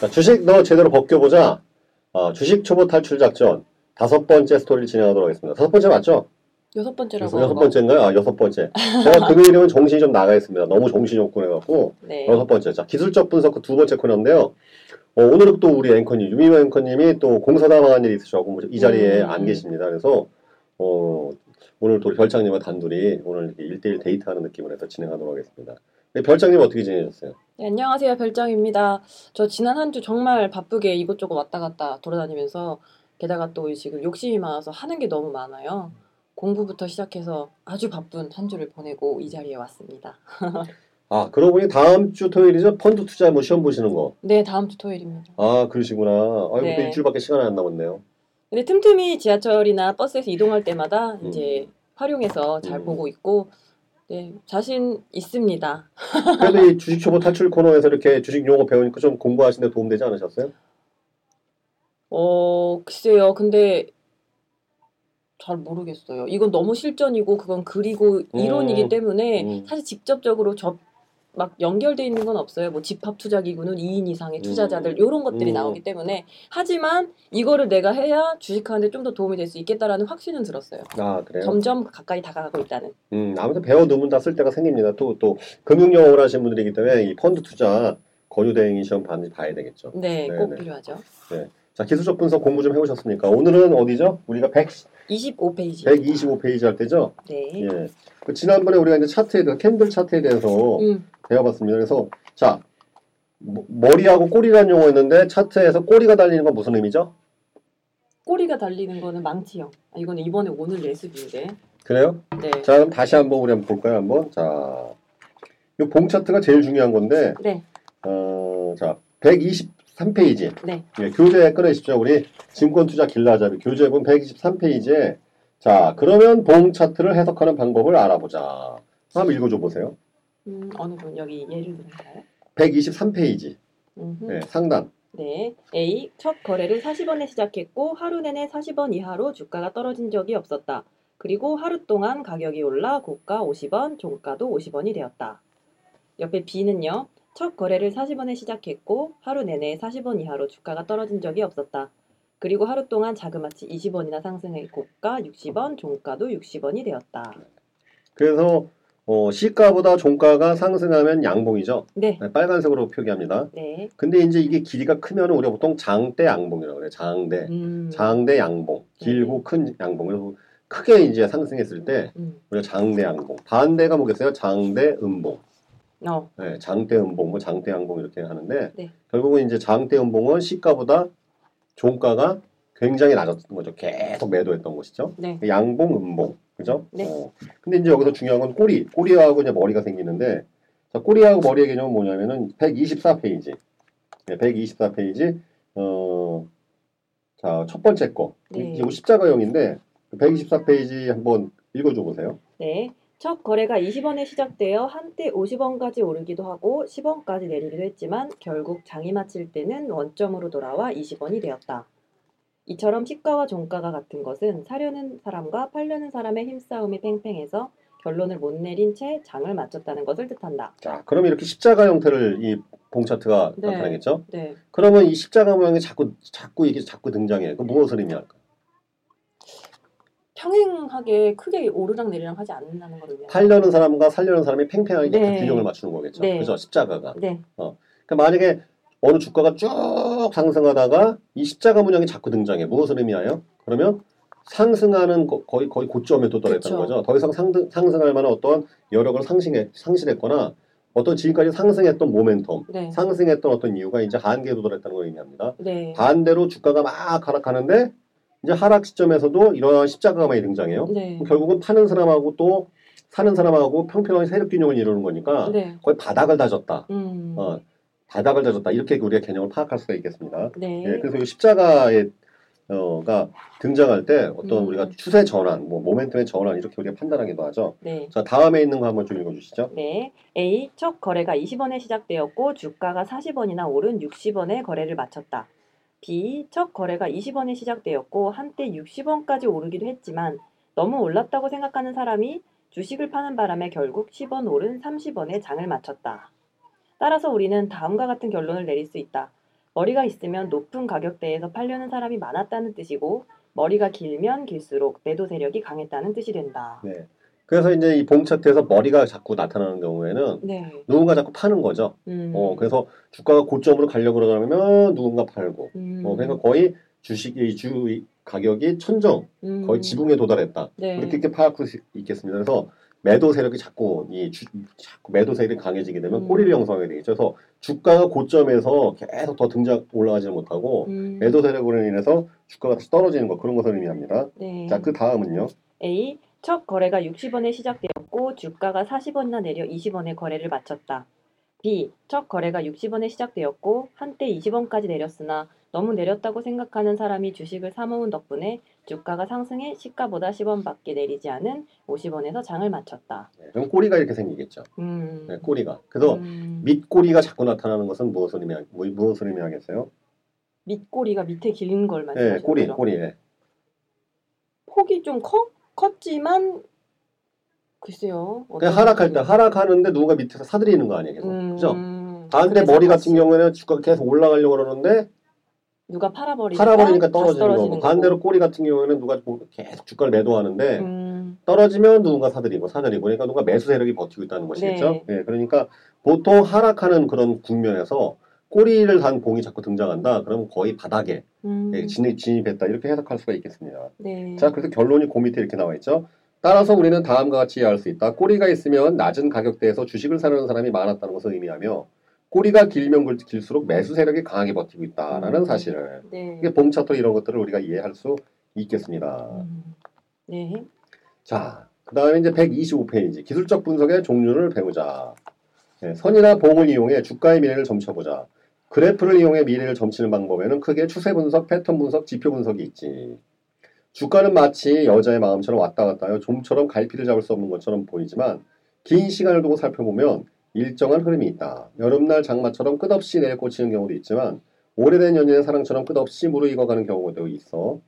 자, 주식 너 제대로 벗겨보자. 어, 주식 초보 탈출 작전 다섯 번째 스토리를 진행하도록 하겠습니다. 다섯 번째 맞죠? 여섯 번째라고 여섯 한 거. 번째인가요? 아, 여섯 번째. 제가 금요일은 정신이 좀 나가 있습니다. 너무 정신이 없고 네. 여섯 번째. 자, 기술적 분석 그 두 번째 코너인데요. 어, 오늘은 또 우리 앵커님, 유미마 앵커님이 또 공사당한 일이 있으셔고 뭐 이 자리에 음. 안 계십니다. 그래서 어, 오늘 또 별장님과 단둘이 오늘 이렇게 1대1 데이트하는 느낌으로 해서 진행하도록 하겠습니다. 네, 별장님 어떻게 지내셨어요? 네, 안녕하세요 별장입니다. 저 지난 한 주 정말 바쁘게 이곳저곳 왔다 갔다 돌아다니면서 게다가 또 지금 욕심이 많아서 하는 게 너무 많아요. 공부부터 시작해서 아주 바쁜 한 주를 보내고 이 자리에 왔습니다. 아, 그러고 보니 다음 주 토요일이죠? 펀드 투자 뭐 시험 보시는 거. 네 다음 주 토요일입니다. 아, 그러시구나. 아이고, 네. 또 일주일밖에 시간이 안 남았네요. 근데 틈틈이 지하철이나 버스에서 이동할 때마다 음. 이제 활용해서 잘 음. 보고 있고 네 자신 있습니다. 그래도 이 주식 초보 탈출 코너에서 이렇게 주식 용어 배우니까 좀 공부하시는데 도움되지 않으셨어요? 어, 글쎄요. 근데 잘 모르겠어요. 이건 너무 실전이고 그건 그리고 이론이기 때문에 음. 사실 직접적으로 접, 막 연결돼 있는 건 없어요. 뭐 집합 투자 기구는 2인 이상의 음. 투자자들 이런 것들이 음. 나오기 때문에 하지만 이거를 내가 해야 주식하는데 좀 더 도움이 될 수 있겠다라는 확신은 들었어요. 아, 그래요? 점점 가까이 다가가고 있다는. 음, 아무튼 배워두면 다 쓸 데가 생깁니다. 또, 또, 금융영어를 하시는 분들이기 때문에 이 펀드 투자 권유대행 시험 반드시 봐야 되겠죠. 네, 네, 꼭 네. 필요하죠. 자, 기술적 분석 공부 좀 해오셨습니까? 오늘은 어디죠? 우리가 100, 25페이지. 125페이지 할 때죠? 네. 예. 그 지난번에 우리가 이제 차트에 대해서, 캔들 차트에 대해서 음, 배워봤습니다. 그래서, 자, 머- 머리하고 꼬리라는 용어였는데, 차트에서 꼬리가 달리는 건 무슨 의미죠? 꼬리가 달리는 거는 망치형. 아, 이거는 이번에 오늘 예습인데. 그래요? 네. 자, 그럼 다시 한번 우리 한번 볼까요? 한번. 자, 이 봉 차트가 제일 중요한 건데, 네. 어, 자, 123페이지. 예, 네. 교재 꺼내십시오. 우리 증권투자 길라잡이 교재 본 123페이지에 자, 그러면 봉 차트를 해석하는 방법을 알아보자. 한번 읽어줘 보세요. 음, 어느 분 여기 예를 들어볼까요? 123페이지. 음흠. 네, 상단. 네. A. 첫 거래를 40원에 시작했고 하루 내내 40원 이하로 주가가 떨어진 적이 없었다. 그리고 하루 동안 가격이 올라 고가 50원, 종가도 50원이 되었다. 옆에 B는요. 첫 거래를 40원에 시작했고 하루 내내 40원 이하로 주가가 떨어진 적이 없었다. 그리고 하루 동안 자그마치 20원이나 상승해 고가 60원, 종가도 60원이 되었다. 그래서 어, 시가보다 종가가 상승하면 양봉이죠. 네. 네, 빨간색으로 표기합니다. 네. 근데 이제 이게 길이가 크면 우리가 보통 장대 양봉이라고 그래요. 장대. 음. 장대 양봉. 길고 큰 양봉. 그래서 크게 이제 상승했을 때 음. 우리가 장대 양봉. 반대가 뭐겠어요? 장대 음봉. 어. 네, 장대 음봉, 뭐 장대 양봉 이렇게 하는데 네. 결국은 이제 장대 음봉은 시가보다 종가가 굉장히 낮았던 거죠. 계속 매도했던 것이죠. 네. 양봉, 음봉, 그죠? 네. 어. 근데 이제 여기서 중요한 건 꼬리, 꼬리하고 이제 머리가 생기는데 자, 꼬리하고 머리의 개념은 뭐냐면은 124페이지, 네, 124페이지, 어, 자, 첫 번째 거, 네. 이거 십자가형인데 124페이지 한번 읽어줘 보세요. 네. 첫 거래가 20원에 시작되어 한때 50원까지 오르기도 하고 10원까지 내리기도 했지만 결국 장이 마칠 때는 원점으로 돌아와 20원이 되었다. 이처럼 시가와 종가가 같은 것은 사려는 사람과 팔려는 사람의 힘싸움이 팽팽해서 결론을 못 내린 채 장을 마쳤다는 것을 뜻한다. 자, 그럼 이렇게 십자가 형태를 이 봉 차트가 네. 나타나겠죠? 네. 그러면 이 십자가 모양이 자꾸 자꾸 이게 자꾸 등장해. 그 무엇을 의미할까? 평행하게 크게 오르락 내리락 하지 않는다는 걸 의미합니다. 팔려는 사람과 살려는 사람이 팽팽하게 네. 그 균형을 맞추는 거겠죠. 네. 그죠? 십자가가. 네. 그러니까 만약에 어느 주가가 쭉 상승하다가 이 십자가 문양이 자꾸 등장해. 무엇을 의미해요? 그러면 상승하는 거, 거의 거의 고점에 도달했다는 그쵸. 거죠. 더 이상 상등, 상승할 만한 어떤 여력을 상실해, 상실했거나 어떤 지금까지 상승했던 모멘텀, 네. 상승했던 어떤 이유가 이제 한계에 도달했다는 걸 의미합니다. 네. 반대로 주가가 막 하락하는데 이제 하락 시점에서도 이러한 십자가가 많이 등장해요. 네. 결국은 파는 사람하고 또 사는 사람하고 평평한 세력 균형을 이루는 거니까 네. 거의 바닥을 다졌다. 음. 어, 바닥을 다졌다. 이렇게 우리가 개념을 파악할 수가 있겠습니다. 네. 예, 그래서 이 십자가의 어가 등장할 때 어떤 음. 우리가 추세 전환, 뭐 모멘텀의 전환 이렇게 우리가 판단하기도 하죠. 네. 자 다음에 있는 거 한번 좀 읽어주시죠. 네. A. 첫 거래가 20원에 시작되었고 주가가 40원이나 오른 60원에 거래를 마쳤다. B. 첫 거래가 20원에 시작되었고 한때 60원까지 오르기도 했지만 너무 올랐다고 생각하는 사람이 주식을 파는 바람에 결국 10원 오른 30원에 장을 마쳤다. 따라서 우리는 다음과 같은 결론을 내릴 수 있다. 머리가 있으면 높은 가격대에서 팔려는 사람이 많았다는 뜻이고 머리가 길면 길수록 매도 세력이 강했다는 뜻이 된다. 네. 그래서 이제 이 봉 차트에서 머리가 자꾸 나타나는 경우에는 네. 누군가 자꾸 파는 거죠. 음. 어, 그래서 주가가 고점으로 가려고 그러면 누군가 팔고. 음. 어, 그래서 거의 주식의 주 이- 가격이 천정, 음. 거의 지붕에 도달했다. 네. 그렇게 파악할 수 있겠습니다. 그래서 매도 세력이 자꾸 이 주, 자꾸 매도 세력이 강해지게 되면 음. 꼬리를 형성하게 되겠죠. 그래서 주가가 고점에서 계속 더 등장 올라가지 못하고 음. 매도 세력으로 인해서 주가가 다시 떨어지는 것 그런 것을 의미합니다. 네. 자, 그 다음은요. A. 첫 거래가 60원에 시작되었고 주가가 40원이나 내려 20원에 거래를 마쳤다. B. 첫 거래가 60원에 시작되었고 한때 20원까지 내렸으나 너무 내렸다고 생각하는 사람이 주식을 사모은 덕분에 주가가 상승해 시가보다 10원밖에 내리지 않은 50원에서 장을 마쳤다. 네, 그럼 꼬리가 이렇게 생기겠죠. 음. 네, 꼬리가. 그래서 음. 밑꼬리가 자꾸 나타나는 것은 무엇을 의미 무엇을 의미하겠어요? 밑꼬리가 밑에 길린 걸 말씀하시는 네, 꼬리, 거죠? 꼬리. 예. 폭이 좀 커, 컸지만 글쎄요. 그냥 어떤- 하락할 때 하락하는데 누군가 밑에서 사들이는 거 아니에요, 계속. 음. 그죠? 반대 그래서 머리 같은 경우에는 주가가 계속 올라가려고 그러는데 누가 팔아버리니까, 팔아버리니까 다시 떨어지는 거고 거고. 반대로 네. 꼬리 같은 경우에는 누가 뭐 계속 주가를 매도하는데 음, 떨어지면 누군가 사들이고 사들이고 그러니까 누가 매수 세력이 버티고 있다는 것이겠죠. 네. 예, 그러니까 보통 하락하는 그런 국면에서 꼬리를 단 봉이 자꾸 등장한다. 그러면 거의 바닥에 음, 예, 진입, 진입했다 이렇게 해석할 수가 있겠습니다. 네. 자, 그래서 결론이 그 밑에 이렇게 나와 있죠. 따라서 우리는 다음과 같이 이해할 수 있다. 꼬리가 있으면 낮은 가격대에서 주식을 사려는 사람이 많았다는 것을 의미하며 꼬리가 길면 길- 길수록 매수 세력이 강하게 버티고 있다라는 음. 사실을 네. 이게 봉 차트 이런 것들을 우리가 이해할 수 있겠습니다. 음, 네. 자, 그다음에 이제 125페이지 기술적 분석의 종류를 배우자. 네, 선이나 봉을 이용해 주가의 미래를 점쳐보자. 그래프를 이용해 미래를 점치는 방법에는 크게 추세 분석, 패턴 분석, 지표 분석이 있지. 주가는 마치 여자의 마음처럼 왔다 갔다 하여 좀처럼 갈피를 잡을 수 없는 것처럼 보이지만 긴 시간을 두고 살펴보면 일정한 흐름이 있다. 여름날 장마처럼 끝없이 내리꽂히는 경우도 있지만 오래된 연인의 사랑처럼 끝없이 무르익어가는 경우도 있어.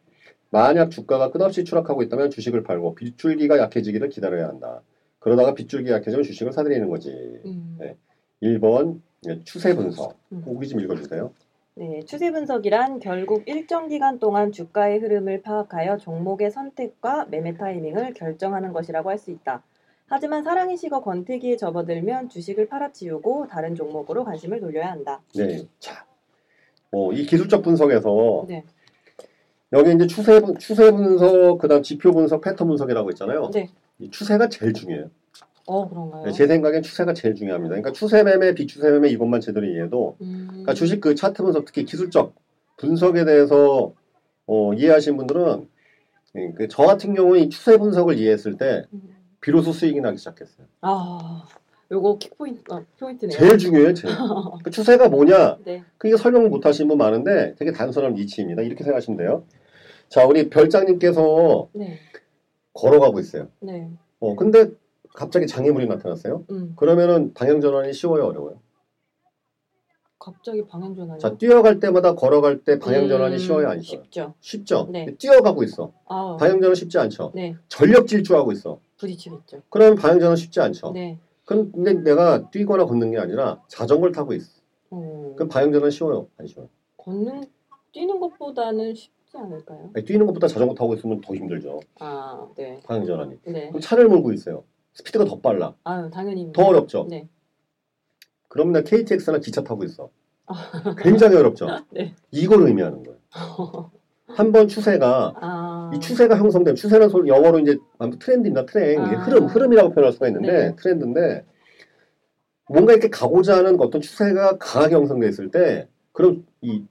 만약 주가가 끝없이 추락하고 있다면 주식을 팔고 빗줄기가 약해지기를 기다려야 한다. 그러다가 빗줄기 약해지면 주식을 사들이는 거지. 음, 네. 1번 예, 추세 분석. 음. 보기 좀 읽어주세요. 네, 추세 분석이란 결국 일정 기간 동안 주가의 흐름을 파악하여 종목의 선택과 매매 타이밍을 결정하는 것이라고 할 수 있다. 하지만 사랑이 식어 권태기에 접어들면 주식을 팔아치우고 다른 종목으로 관심을 돌려야 한다. 네. 자, 어, 이 기술적 분석에서 네. 여기 이제 추세 분 추세 분석 그다음 지표 분석 패턴 분석이라고 있잖아요. 네. 이 추세가 제일 중요해요. 어, 그런가요? 네, 제 생각엔 추세가 제일 중요합니다. 그러니까 추세 매매 비추세 매매 이것만 제대로 이해해도 음, 그러니까 주식 그 차트 분석 특히 기술적 분석에 대해서 어, 이해하신 분들은 예, 그저 같은 경우에 이 추세 분석을 이해했을 때 음. 비로소 수익이 나기 시작했어요. 아, 요거 킥포인트, 아, 포인트네요. 제일 중요해요, 제일. 그 추세가 뭐냐? 네. 그게 설명을 못 하시는 분 많은데 되게 단순한 이치입니다. 이렇게 생각하시면 돼요. 자, 우리 별장님께서 네. 걸어가고 있어요. 네. 어, 근데 갑자기 장애물이 나타났어요. 음. 그러면은 방향 전환이 쉬워요, 어려워요? 갑자기 방향 전환이 자, 뛰어갈 때마다 걸어갈 때 방향 전환이 음, 쉬워요, 안 쉬워요? 쉽죠. 쉽죠. 네. 뛰어가고 있어. 아, 방향 전환 쉽지 않죠. 네. 전력 질주하고 있어. 부딪히겠죠. 그러면 방향 전환 쉽지 않죠. 네. 그럼 근데 내가 뛰거나 걷는 게 아니라 자전거를 타고 있어. 어, 그럼 방향 전환 쉬워요, 안 쉬워요? 걷는 뛰는 것보다는 쉽지 않을까요? 아니, 뛰는 것보다 자전거 타고 있으면 더 힘들죠. 아, 네. 방향 전환이. 네. 그럼 차를 몰고 있어요. 스피드가 더 빨라. 아유, 당연히. 더 어렵죠. 네. 그럼 나 KTX나 기차 타고 있어. 굉장히 어렵죠. 네. 이걸 의미하는 거예요. 한 번 추세가 아. 이 추세가 형성된 추세는 소위 영어로 이제 아무튼 트렌드입니다. 트렌 이게 아. 흐름 흐름이라고 표현할 수가 있는데 네. 트렌드인데 뭔가 이렇게 가고자 하는 그 어떤 추세가 강하게 형성돼 있을 때 그럼 이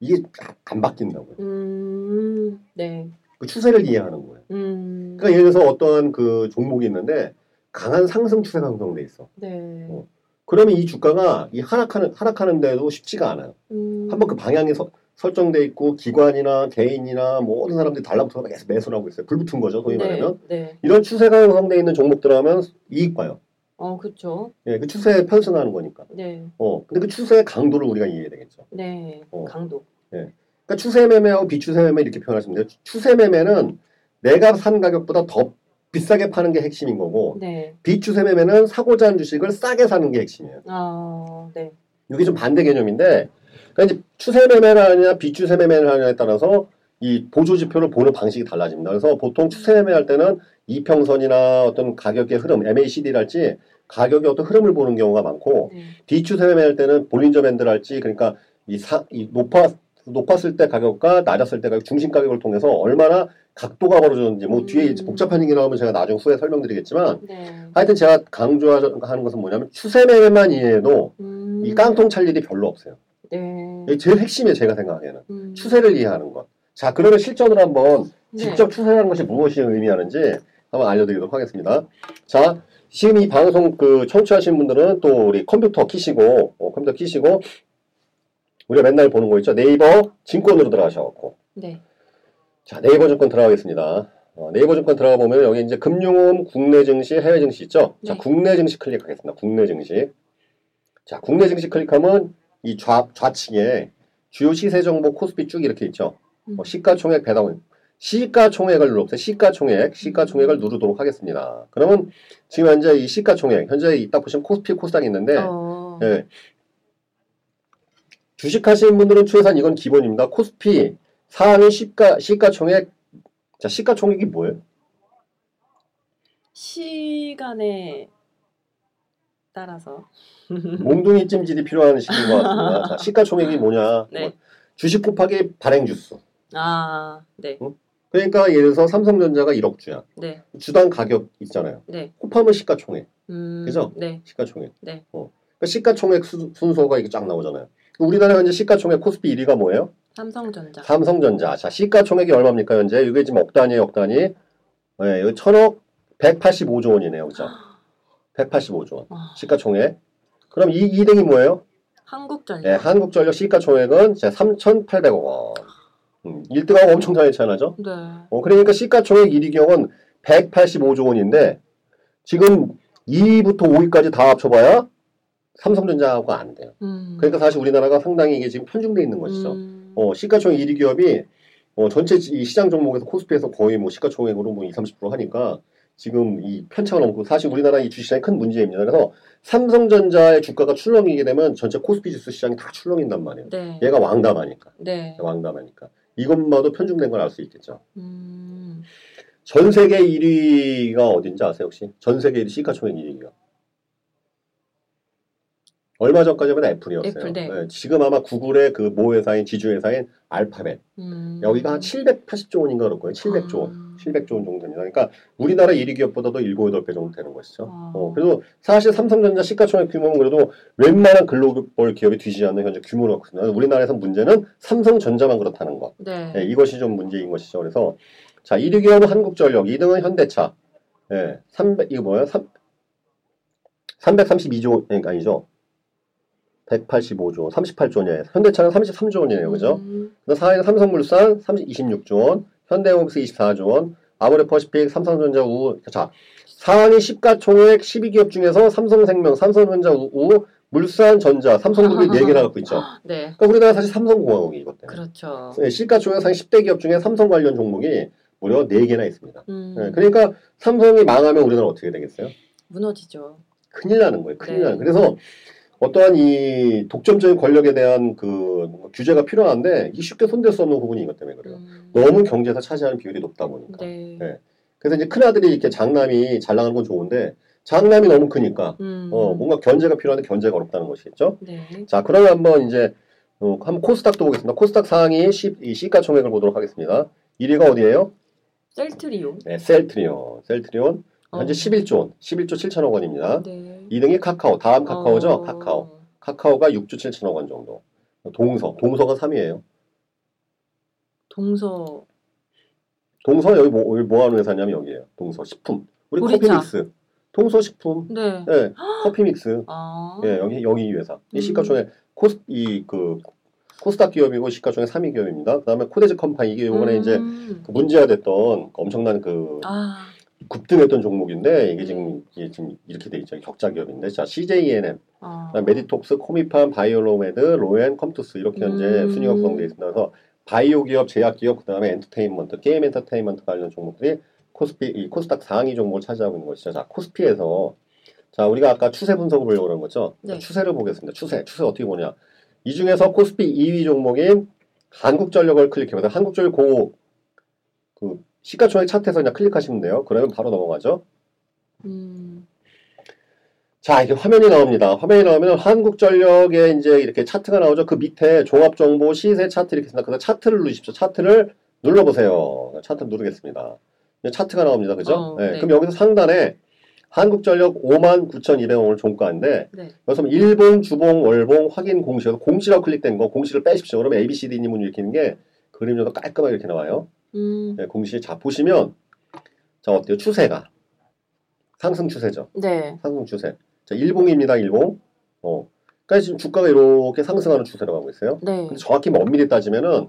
이게 안 바뀐다고요. 음. 네. 그 추세를 이해하는 거예요. 음. 그러니까 예를 들어서 어떠한 그 종목이 있는데 강한 상승 추세가 형성돼 있어. 네. 어. 그러면 이 주가가 이 하락하는 하락하는데도 쉽지가 않아요. 음. 한번 그 방향이 서- 설정돼 있고 기관이나 개인이나 모든 사람들이 달라붙어서 계속 매수를 하고 있어요. 불붙은 거죠. 소위 말하면 네. 네. 이런 추세가 형성돼 있는 종목들 하면 이익 봐요. 어, 그렇죠. 예, 그 추세에 편승하는 거니까. 네. 어, 근데 그 추세의 강도를 우리가 이해해야 되겠죠. 네. 어. 강도. 그러니까 추세 매매하고 비추세 매매 이렇게 표현하시면 돼요. 추세 매매는 내가 산 가격보다 더 비싸게 파는 게 핵심인 거고 네. 비추세 매매는 사고자 하는 주식을 싸게 사는 게 핵심이에요. 아, 네. 이게 좀 반대 개념인데 그러니까 이제 추세 매매를 하느냐 비추세 매매를 하느냐에 따라서 이 보조 지표를 보는 방식이 달라집니다. 그래서 보통 추세 매매할 때는 이평선이나 어떤 가격의 흐름, MACD랄지 가격의 어떤 흐름을 보는 경우가 많고 네. 뒤추세 매매할 때는 볼린저 밴드랄지 그러니까 이, 사, 이 높아 높았을 때 가격과 낮았을 때 가격 중심 가격을 통해서 얼마나 각도가 벌어졌는지 뭐 뒤에 음. 이제 복잡한 얘기 나오면 제가 나중 후에 설명드리겠지만 네. 하여튼 제가 강조하는 것은 뭐냐면 추세 매매만 이해해도 음. 이 깡통 찰 일이 별로 없어요. 네. 이게 제일 핵심이에요 제가 생각하기에는. 음. 추세를 이해하는 것. 자, 그러면 실전으로 한번 네. 직접 추세라는 것이 무엇이 의미하는지 한번 알려드리도록 하겠습니다. 자, 지금 이 방송 그 청취하신 분들은 또 우리 컴퓨터 키시고, 어, 컴퓨터 키시고, 우리가 맨날 보는 거 있죠? 네이버 증권으로 들어가셔갖고. 네. 자, 네이버 증권 들어가겠습니다. 어, 네이버 증권 들어가 보면 여기 이제 금융음, 국내 증시, 해외 증시 있죠? 자, 네. 국내 증시 클릭하겠습니다. 국내 증시. 자, 국내 증시 클릭하면 이 좌, 좌측에 주요 시세 정보 코스피 쭉 이렇게 있죠? 음. 뭐 시가총액 배당 시가총액을 눌러보세요. 시가총액, 시가총액을 누르도록 하겠습니다. 그러면 지금 현재 이 시가총액, 현재 이딱 보시면 코스피 코스닥이 있는데, 어. 예. 주식 하시는 분들은 최소한 이건 기본입니다. 코스피, 상위 시가, 시가총액, 자, 시가총액이 뭐예요? 시간에 따라서 몽둥이 찜질이 필요한 시기인 것 같습니다. 자, 시가총액이 뭐냐? 네. 주식 곱하기 발행 주수. 아, 네. 그러니까 예를 들어서 삼성전자가 1억 주야. 네. 주당 가격 있잖아요. 네. 곱하면 시가총액. 음. 그죠? 네. 시가총액. 네. 어. 그러니까 시가총액 수- 순서가 이게 쫙 나오잖아요. 그러니까 우리나라 현재 시가총액 코스피 1위가 뭐예요? 삼성전자. 삼성전자. 자, 시가총액이 얼마입니까, 현재? 이게 지금 억 단위에요, 억 단위. 예, 이거 천억 185조 원이네요, 그죠? 185조 원. 아, 시가총액. 그럼 이 2등이 뭐예요? 한국전자. 예, 한국전력 시가총액은 제 3,800억 원. 음, 1등하고 엄청 차이 차나죠? 네. 어, 그러니까 시가총액 1위 경은 185조 원인데, 지금 2위부터 5위까지 다 합쳐봐야 삼성전자하고 안 돼요. 음. 그러니까 사실 우리나라가 상당히 이게 지금 편중돼 있는 것이죠. 음. 어, 시가총액 1위 기업이 어, 전체 지- 이 시장 종목에서 코스피에서 거의 뭐 시가총액으로 뭐 20, 30% 하니까 지금 이 편차가 너무 크고 사실 우리나라 이 주시장이 큰 문제입니다. 그래서 삼성전자의 주가가 출렁이게 되면 전체 코스피 지수 시장이 다 출렁인단 말이에요. 네. 얘가 왕담하니까. 네. 왕담하니까. 이것만도 편중된 걸 알 수 있겠죠. 음. 전 세계 1위가 어딘지 아세요 혹시? 전 세계 1위 시가총액 1위가 얼마 전까지만 애플이었어요. 애플, 네. 예, 지금 아마 구글의 그 모 회사인 지주 회사인 알파벳 음. 여기가 한 780조 원인가 그럴 거예요. 700조 원, 아. 700조 원 정도 됩니다. 그러니까 우리나라 1위 기업보다도 7, 8배 정도 되는 것이죠. 아. 어, 그래도 사실 삼성전자 시가총액 규모는 그래도 웬만한 글로벌 기업이 뒤지지 않는 현재 규모로 그렇습니다. 우리나라에서 문제는 삼성전자만 그렇다는 것. 네. 예, 이것이 좀 문제인 것이죠. 그래서 자 1위 기업은 한국전력, 2등은 현대차, 예, 300 이거 뭐야? 3 332조 예, 아니죠? 185조, 38조 원이에요. 현대차는 33조 원이에요, 그죠? 음. 그다음 4위는 삼성물산 30, 26조 원, 현대모비스 24조 원, 아모레퍼시픽, 삼성전자 우, 자 4위 시가총액 12기업 중에서 삼성생명, 삼성전자 우, 우 물산전자, 삼성그룹이 4개나 갖고 있죠. 네. 그러니까 우리나라 사실 삼성공화국이 이것 때문에. 그렇죠. 예, 시가총액 상 10대 기업 중에 삼성 관련 종목이 무려 4개나 있습니다. 음. 예, 그러니까 삼성이 망하면 우리나라 어떻게 되겠어요? 무너지죠. 큰일 나는 거예요. 큰일 네. 나는. 그래서 어떠한 이 독점적인 권력에 대한 그 뭔가 규제가 필요한데 이게 쉽게 손댈 수 없는 부분이 이것 때문에 그래요. 음. 너무 경제에서 차지하는 비율이 높다 보니까. 네. 네. 그래서 이제 큰아들이 이렇게 장남이 잘 나가는 건 좋은데 장남이 너무 크니까 음. 어, 뭔가 견제가 필요한데 견제가 어렵다는 것이겠죠. 네. 자, 그러면 한번 이제 어, 한번 코스닥도 보겠습니다. 코스닥 상위 10, 이 시가총액을 보도록 하겠습니다. 1위가 어디예요? 셀트리온. 네, 셀트리온. 셀트리온 어. 네, 현재 11조 원, 11조 7천억 원입니다. 네. 2등이 카카오. 다음 카카오죠? 어. 카카오. 카카오가 6조 7천억 원 정도. 동서. 동서가 3위예요. 동서. 동서 여기 뭐, 여기 뭐 하는 회사냐면 여기예요. 동서 식품. 우리 보리차. 커피믹스. 동서 식품. 네. 예, 커피믹스. 아. 예, 여기 여기 이 회사. 음. 이 시가총액 코스 이 그 코스닥 기업이고 시가총액 3위 기업입니다. 그다음에 코데즈 컴파니 이게 요번에 이제 음. 그 문제화됐던 그 엄청난 그 아. 급등했던 종목인데 이게 음. 지금 이게 지금 이렇게 돼 있죠. 격자 기업인데 자 E CJENM, 아. 그다음에 메디톡스, 코미팜, 바이오로메드, 로엔, 컴투스 이렇게 현재 음. 순위가 구성되어 있습니다. 그래서 바이오 기업, 제약 기업, 그다음에 엔터테인먼트, 게임 엔터테인먼트 관련 종목들이 코스피 이 코스닥 상위 종목을 차지하고 있는 것이죠. 자 코스피에서 자 우리가 아까 추세 분석을 보려고 그런 거죠. 네. 추세를 보겠습니다. 추세 추세 어떻게 보냐? 이 중에서 코스피 2위 종목인 한국전력을 클릭해보세요. 한국전력 고, 그, 시가총액 차트에서 그냥 클릭하시면 돼요. 그러면 바로 넘어가죠. 음, 자, 이게 화면이 나옵니다. 화면이 나오면 한국전력에 이제 이렇게 차트가 나오죠. 그 밑에 종합정보 시세 차트 이렇게 있습니다. 그래서 차트를 누르십시오. 차트를 눌러보세요. 차트 누르겠습니다. 이제 차트가 나옵니다. 그죠? 어, 네, 네. 그럼 여기서 상단에 한국전력 59,200원을 종가인데, 네. 여기서 일본 주봉 월봉 확인 공시에서 공시라고 클릭된 거 공시를 빼십시오. 그러면 ABCD님은 읽히는 게 그림자도 깔끔하게 이렇게 나와요. 음, 네, 공시 자 보시면 자 어때요? 추세가 상승 추세죠. 네. 상승 추세. 자, 일봉입니다. 일봉. 어. 그러니까 지금 주가가 이렇게 상승하는 추세라고 하고 있어요. 네. 근데 정확히 엄밀히 따지면은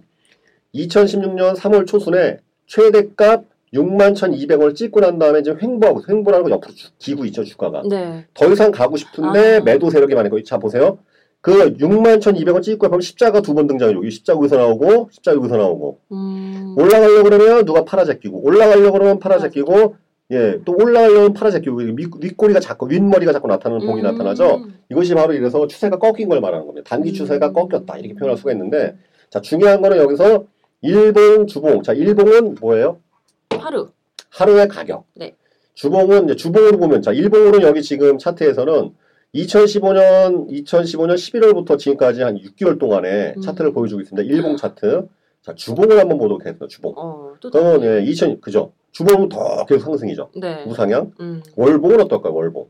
2016년 3월 초순에 최대값 61,200원을 찍고 난 다음에 지금 횡보하고 있어요. 횡보라는 건 옆으로 쭉 기고 있죠, 주가가. 네. 더 이상 가고 싶은데 아. 매도 세력이 많은 거예요. 자 보세요. 그 61,200원 찍고 하면 십자가 두 번 등장해요. 여기 십자가 여기서 나오고 십자가 여기서 나오고 음. 올라가려고 그러면 누가 파란색 끼고 올라가려고 그러면 파란색 끼고 예, 또 올라가려면 파란색 끼고 윗, 윗꼬리가 자꾸 윗머리가 자꾸 나타나는 봉이 음. 나타나죠. 이것이 바로 이래서 추세가 꺾인 걸 말하는 겁니다. 단기 추세가 음. 꺾였다 이렇게 표현할 수가 있는데 자 중요한 거는 여기서 일봉 주봉 자 일봉은 뭐예요? 하루. 하루의 가격. 네. 주봉은 이제 주봉으로 보면 자 일봉으로는 여기 지금 차트에서는 2015년 2015년 11월부터 지금까지 한 6개월 동안에 음. 차트를 보여주고 있습니다. 일봉 차트. 자 주봉을 한번 보도록 하겠습니다. 주봉. 어, 또 그건 다르네. 예, 2000 그죠? 주봉은 더 계속 상승이죠. 네. 우상향. 음. 월봉은 어떨까요? 월봉.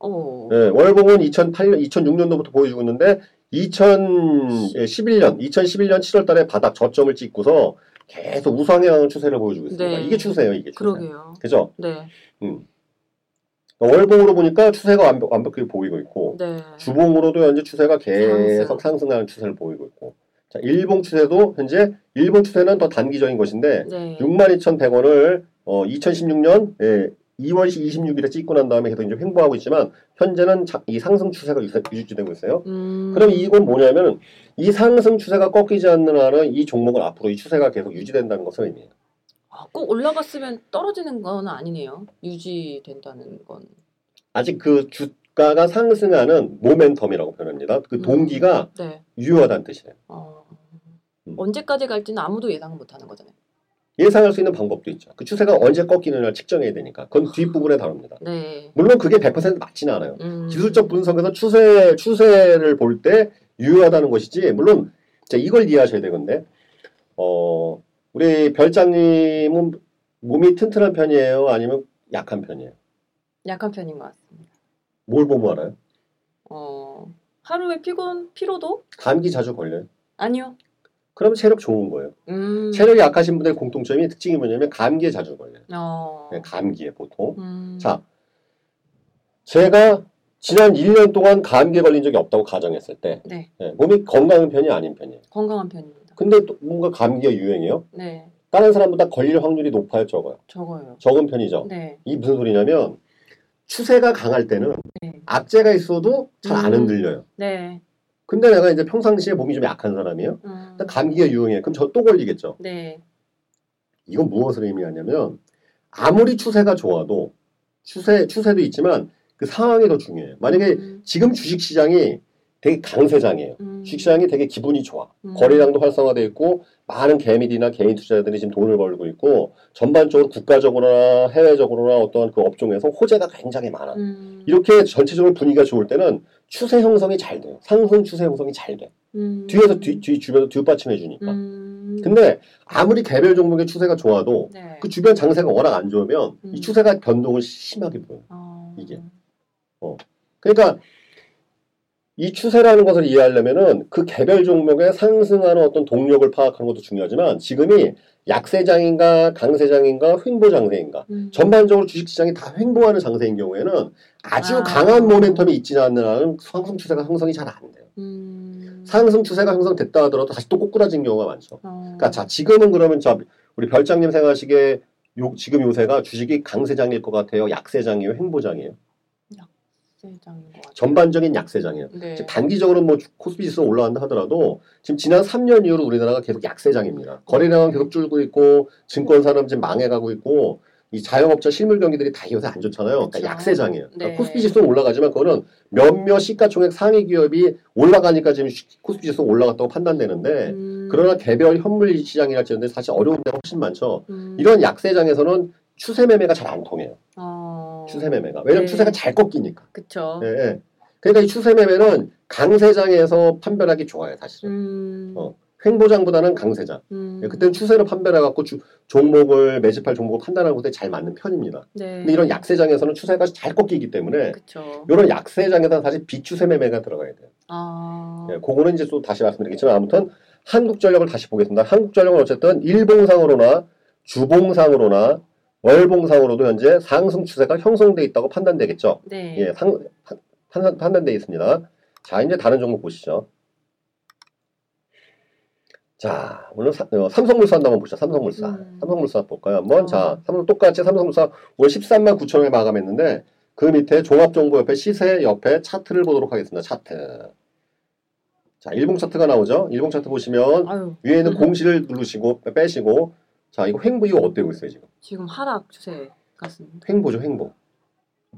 어. 예, 월봉은 2008년 2006년도부터 보여주고 있는데 예, 2011년 2011년 7월달에 바닥 저점을 찍고서 계속 우상향 추세를 보여주고 있습니다. 네. 이게 추세예요, 이게 추세. 그러게요. 그죠? 그러니까 네. 월봉으로 보니까 추세가 완벽, 완벽하게 보이고 있고 네. 주봉으로도 현재 추세가 계속 상승하는 추세를 보이고 있고 자 일봉 추세도 현재 일봉 추세는 더 단기적인 것인데 네. 62,100원을 어, 2016년 예, 2월 26일에 찍고 난 다음에 계속 이제 횡보하고 있지만 현재는 자- 이 상승 추세가 유지- 유지되고 있어요. 음. 그럼 이건 뭐냐면 이 상승 추세가 꺾이지 않는 한은 이 종목은 앞으로 이 추세가 계속 유지된다는 것을 의미해요. 아, 꼭 올라갔으면 떨어지는 건 아니네요. 유지된다는 건. 아직 그 주가가 상승하는 모멘텀이라고 표현합니다. 그 음. 동기가 네. 유효하다는 뜻이에요. 어. 음. 언제까지 갈지는 아무도 예상 못 하는 거잖아요. 예상할 수 있는 방법도 있죠. 그 추세가 언제 꺾이느냐를 측정해야 되니까 그건 뒷부분에 다릅니다. 네. 물론 그게 100% 맞지는 않아요. 음. 기술적 분석에서 추세 추세를 볼 때 유효하다는 것이지 물론 자, 이걸 이해하셔야 되는데 어 우리 별장님은 몸이 튼튼한 편이에요, 아니면 약한 편이에요? 약한 편인 것 같습니다. 뭘 보면 알아요? 어. 하루에 피곤 피로도 감기 자주 걸려요. 아니요. 그럼 체력 좋은 거예요. 음. 체력이 약하신 분들의 공통점이 특징이 뭐냐면 감기에 자주 걸려요. 어. 네, 감기에 보통. 음. 자, 제가 지난 1년 동안 감기에 걸린 적이 없다고 가정했을 때 네. 예, 몸이 건강한 편이 아닌 편이에요. 건강한 편입니다. 근데 또 뭔가 감기가 유행해요. 네. 다른 사람보다 걸릴 확률이 높아요, 적어요. 적어요. 적은 편이죠. 네. 이 무슨 소리냐면 추세가 강할 때는 네. 악재가 있어도 잘 안 음. 흔들려요. 네. 근데 내가 이제 평상시에 몸이 좀 약한 사람이에요. 음. 근데 감기가 유행해. 그럼 저 또 걸리겠죠. 네. 이건 무엇을 의미하냐면 아무리 추세가 좋아도 추세 추세도 있지만 그 상황이 더 중요해요. 만약에 음. 지금 주식시장이 되게 강세장이에요. 음. 주식시장이 되게 기분이 좋아. 음. 거래량도 활성화되어 있고 많은 개미들이나 개인 투자자들이 지금 돈을 벌고 있고 전반적으로 국가적으로나 해외적으로나 어떤 그 업종에서 호재가 굉장히 많아. 음. 이렇게 전체적으로 분위기가 좋을 때는 추세 형성이 잘 돼요. 상승 추세 형성이 잘 돼. 음. 뒤에서 뒤, 뒤 주변에서 뒷받침해 주니까. 음. 아. 근데 아무리 개별 종목의 추세가 좋아도 네. 그 주변 장세가 워낙 안 좋으면 음. 이 추세가 변동을 심하게 보여요. 어. 이게. 그러니까 이 추세라는 것을 이해하려면은 그 개별 종목의 상승하는 어떤 동력을 파악하는 것도 중요하지만 지금이 약세장인가 강세장인가 횡보 장세인가 음. 전반적으로 주식시장이 다 횡보하는 장세인 경우에는 아주 아. 강한 모멘텀이 있지 않는 한은 상승 추세가 형성이 잘 안 돼요. 음. 상승 추세가 형성됐다 하더라도 다시 또 꼬꾸라진 경우가 많죠. 어. 그러니까 자 지금은 그러면 자 우리 별장님 생각하시기에 요- 지금 요새가 주식이 강세장일 것 같아요. 약세장이에요. 횡보장이에요. 세상인 것 같아요. 전반적인 약세장이에요. 네. 지금 단기적으로 뭐 주- 코스피 지수 가 올라간다 하더라도 지금 지난 3년 이후로 우리나라가 계속 약세장입니다. 거래량은 계속 줄고 있고 증권산업 지금 망해가고 있고 이 자영업자 실물 경기들이 다이어서 안 좋잖아요. 그러니까 그쵸. 약세장이에요. 그러니까 네. 코스피 지수는 올라가지만 그거는 몇몇 시가총액 상위 기업이 올라가니까 지금 시- 코스피 지수 올라갔다고 판단되는데 음. 네. 그러나 개별 현물 시장이랄지는데 사실 어려운 데 훨씬 많죠. 음. 이런 약세장에서는 추세 매매가 잘 안 통해요. 어. 추세 매매가 왜냐면 네. 추세가 잘 꺾이니까. 그쵸. 예, 예. 그러니까 이 추세 매매는 강세장에서 판별하기 좋아요, 사실은. 음. 어. 횡보장보다는 강세장. 음. 예, 그때는 추세로 판별해갖고 주- 종목을 매집할 종목을 판단하는 것에 잘 맞는 편입니다. 네. 근데 음. 이런 약세장에서는 네. 추세가 잘 꺾이기 때문에 그쵸. 이런 약세장에서는 사실 비추세 매매가 들어가야 돼요. 아. 음. 예, 그거는 이제 또 다시 말씀드리겠지만 아무튼 한국전력을 다시 보겠습니다. 한국전력은 어쨌든 일봉상으로나 주봉상으로나 월봉상으로도 현재 상승 추세가 형성돼 있다고 판단되겠죠. 네. 예, 상, 판- 판단, 판단돼 있습니다. 자, 이제 다른 종목 보시죠. 자, 오늘 사- 어, 삼성물산 한번 보시죠. 삼성물산. 음. 삼성물산 볼까요? 한번. 어. 자, 삼성 똑같이 삼성물산 오늘 13만 9천 원에 마감했는데 그 밑에 종합정보 옆에 시세 옆에 차트를 보도록 하겠습니다. 차트. 자, 일봉 차트가 나오죠. 일봉 차트 보시면 아유, 위에 있는 음. 공시를 누르시고 빼- 빼시고 자, 이거 횡보 이거 어때고 있어요, 지금? 지금 하락 추세 같습니다. 횡보죠, 횡보.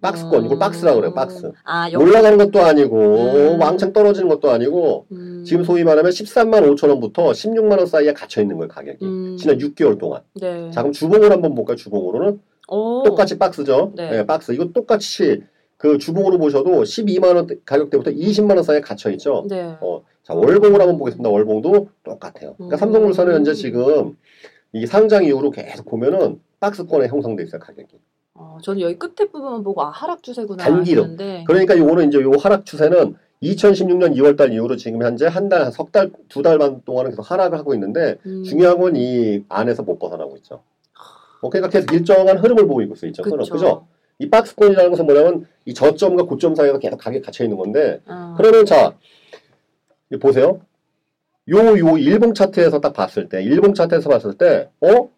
박스권. 이걸 박스라 그래요, 박스. 아, 역... 올라가는 것도 아니고 음. 왕창 떨어지는 것도 아니고 음. 지금 소위 말하면 13만 5천 원부터 16만 원 사이에 갇혀 있는 거예요 가격이 음. 지난 6개월 동안 네. 자 그럼 주봉으로 한번 볼까요 주봉으로는 오. 똑같이 박스죠 네. 네, 박스 이거 똑같이 그 주봉으로 보셔도 12만 원 가격대부터 20만 원 사이에 갇혀 있죠 네. 어, 자 월봉으로 한번 보겠습니다 월봉도 똑같아요 그러니까 음. 삼성물산은 현재 지금 이 상장 이후로 계속 보면은 박스권에 형성돼 있어요 가격이 어, 저는 여기 끝에 부분만 보고 아 하락 추세구나 단기로. 했는데 그러니까 요거는 이제 요 하락 추세는 2016년 2월달 이후로 지금 현재 한 달, 석 달, 두 달 반 동안은 계속 하락을 하고 있는데 음, 중요한 건 이 안에서 못 벗어나고 있죠. 어, 그러니까 계속 일정한 흐름을 보이고 있어 있죠. 흐름, 그쵸. 그죠? 이 박스권이라는 것은 뭐냐면 이 저점과 고점 사이에서 계속 가격이 갇혀 있는 건데 아, 그러면 자 이거 보세요. 요 요 일봉 차트에서 딱 봤을 때 일봉 차트에서 봤을 때 어?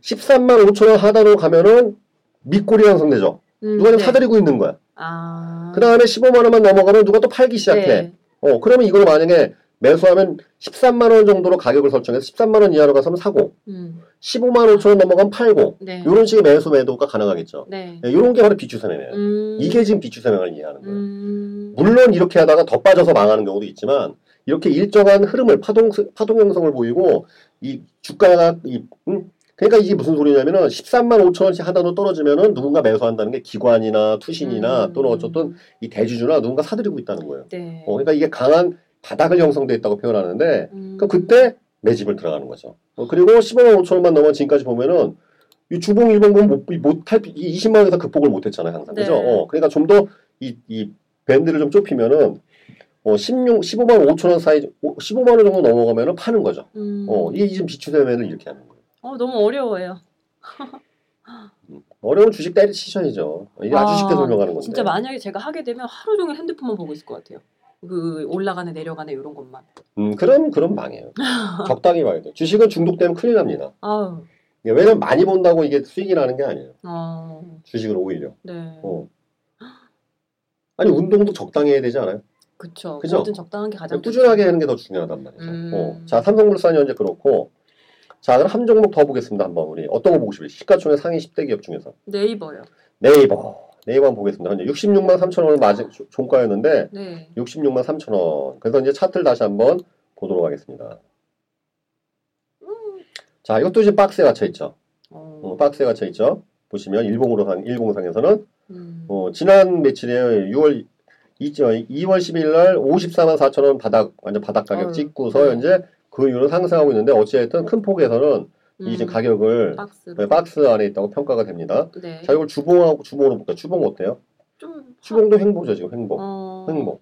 13만 5천 원 하단으로 가면은 밑골이 형성되죠. 음, 누가 좀 네. 사들이고 있는 거야. 아. 그 다음에 15만 원만 넘어가면 누가 또 팔기 시작해. 네. 어, 그러면 이걸 만약에 매수하면 13만 원 정도로 가격을 설정해서 13만 원 이하로 가서는 사고, 음, 15만 5천 원 넘어가면 팔고, 네. 이런 식의 매수 매도가 가능하겠죠. 네. 네, 이런 게 바로 비추세 매매예요. 음. 이게 지금 비추세 매매를 이해하는 거예요. 음. 물론 이렇게 하다가 더 빠져서 망하는 경우도 있지만, 이렇게 일정한 흐름을 파동 파동 형성을 보이고 이 주가가 이 음? 그러니까 이게 무슨 소리냐면은 13만 5천 원씩 하단으로 떨어지면은 누군가 매수한다는 게 기관이나 투신이나 음. 또는 어쨌든 이 대주주나 누군가 사들이고 있다는 거예요. 네. 어, 그러니까 이게 강한 바닥을 형성돼 있다고 표현하는데 음. 그 그때 매집을 들어가는 거죠. 어, 그리고 15만 5천 원만 넘어 지금까지 보면은 이 주봉 일봉 보면 못할 20만 원에서 극복을 못했잖아요 항상 그죠? 네. 어, 그러니까 좀 더 이 이 밴드를 좀 좁히면은 어, 16, 15만 5천 원 사이 15만 원 정도 넘어가면은 파는 거죠. 음. 어, 이게 지금 비추되면은 이렇게 하는 거예요. 어, 너무 어려워요. 어려운 주식 때리치셔야죠. 이게 아주 아, 쉽게 설명하는 건데. 진짜 만약에 제가 하게 되면 하루 종일 핸드폰만 보고 있을 것 같아요. 그 올라가네 내려가네 이런 것만. 음, 그럼 그럼 망해요. 적당히 봐야 돼요. 주식은 중독되면 큰일 납니다. 아우. 예, 왜냐면 많이 본다고 이게 수익이 나는 게 아니에요. 어. 주식은 오히려. 음. 네. 어. 아니 운동도 적당히 해야 되지 않아요? 그쵸. 그죠? 어, 뭐든 적당한 게 가장 꾸준하게 하는 게 더 중요하단 말이죠. 음. 어. 자 삼성물산이 현재 그렇고 자 그럼 한 종목 더 보겠습니다. 한번 우리 어떤 거 보고 싶어요? 시가총액 상위 10대 기업 중에서 네이버요. 네이버 네이버 한번 보겠습니다. 현재 66만 3천 원을 마진 조- 종가였는데 네. 66만 3천 원. 그래서 이제 차트를 다시 한번 보도록 하겠습니다. 자 이것도 이제 박스에 갇혀 있죠. 어. 어, 박스에 갇혀 있죠. 보시면 일봉으로 상 일봉상에서는 음. 어, 지난 며칠에 6월 2, 월 10일 날 54만 4천 원 바닥 완전 바닥 가격 어휴. 찍고서 네. 현재 그 이후로 상승하고 있는데 어찌됐든 큰 폭에서는 음. 이 지금 가격을 박스로. 네, 박스 안에 있다고 평가가 됩니다. 네. 자 이걸 주봉하고 주봉으로 볼까요? 주봉 어때요? 좀 주봉도 횡보죠 지금 횡보, 아. 어. 횡보,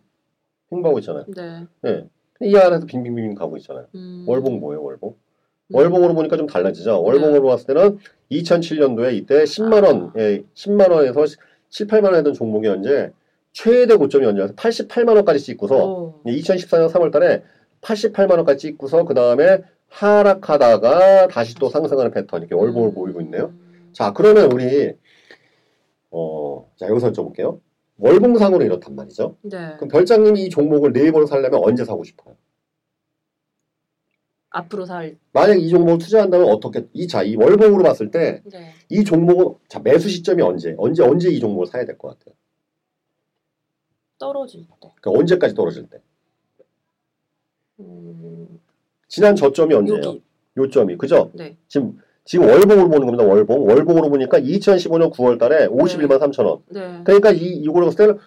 횡보하고 있잖아요. 네. 근데 이 안에서 빙빙빙 가고 있잖아요. 음. 월봉 뭐예요? 월봉? 음. 월봉으로 보니까 좀 달라지죠. 월봉으로 봤을 때는 2007년도에 이때 10만 원, 예, 10만 원에서 7, 8만 원 했던 종목이 현재 최대 고점이 언제라서 88만 원까지 찍고서 어. 2014년 3월 달에 88만 원까지 찍고서 그다음에 하락하다가 다시 또 상승하는 패턴 이렇게 월봉을 음. 보이고 있네요. 자, 그러면 우리 어, 자, 여기서 여쭤볼게요. 월봉상으로 이렇단 말이죠. 네. 네 그럼 별장님이 이 종목을 네이버로 살려면 언제 사고 싶어요? 앞으로 살. 만약 이 종목을 투자한다면 어떻게 이 자 이 월봉으로 봤을 때 이 네. 종목은 자 매수 시점이 언제 언제 언제 이 종목을 사야 될 것 같아요. 떨어질 때. 그러니까 언제까지 떨어질 때 음, 지난 저점이 언제예요? 여기. 요점이 그죠? 네. 지금 지금 월봉으로 보는 겁니다. 월봉 월봉으로 보니까 2015년 9월달에 51만 3천 원. 네. 그러니까 이 이거로 봤을 때는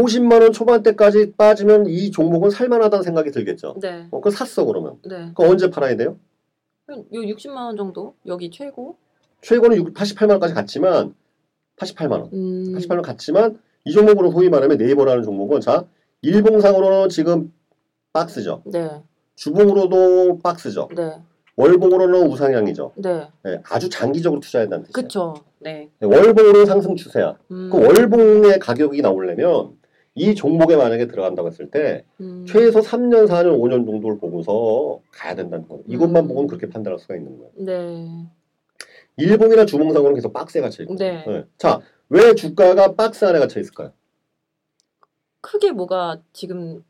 50만 원 초반대까지 빠지면 이 종목은 살만하다는 생각이 들겠죠. 네. 어, 그 샀어 그러면. 네. 그 언제 팔아야 돼요? 요 60만 원 정도 여기 최고. 최고는 6, 88만 원까지 갔지만 88만 원. 음. 88만 원 갔지만 이 종목으로 소위 말하면 네이버라는 종목은 자 일봉상으로는 지금 박스죠. 네. 주봉으로도 박스죠. 네. 월봉으로는 우상향이죠. 네. 예, 아주 장기적으로 투자한다는 뜻이에요. 그쵸. 네. 예, 월봉으로 상승 추세야. 음. 그 월봉의 가격이 나오려면 이 종목에 만약에 들어간다고 했을 때 음. 최소 3년, 4년, 5년 정도를 보고서 가야 된다는 거예요. 이것만 음. 보고는 그렇게 판단할 수가 있는 거예요. 네. 일봉이나 주봉상으로는 계속 박스에 갇혀 있고. 네. 예. 자, 왜 주가가 박스 안에 갇혀 있을까요? 크게 뭐가 지금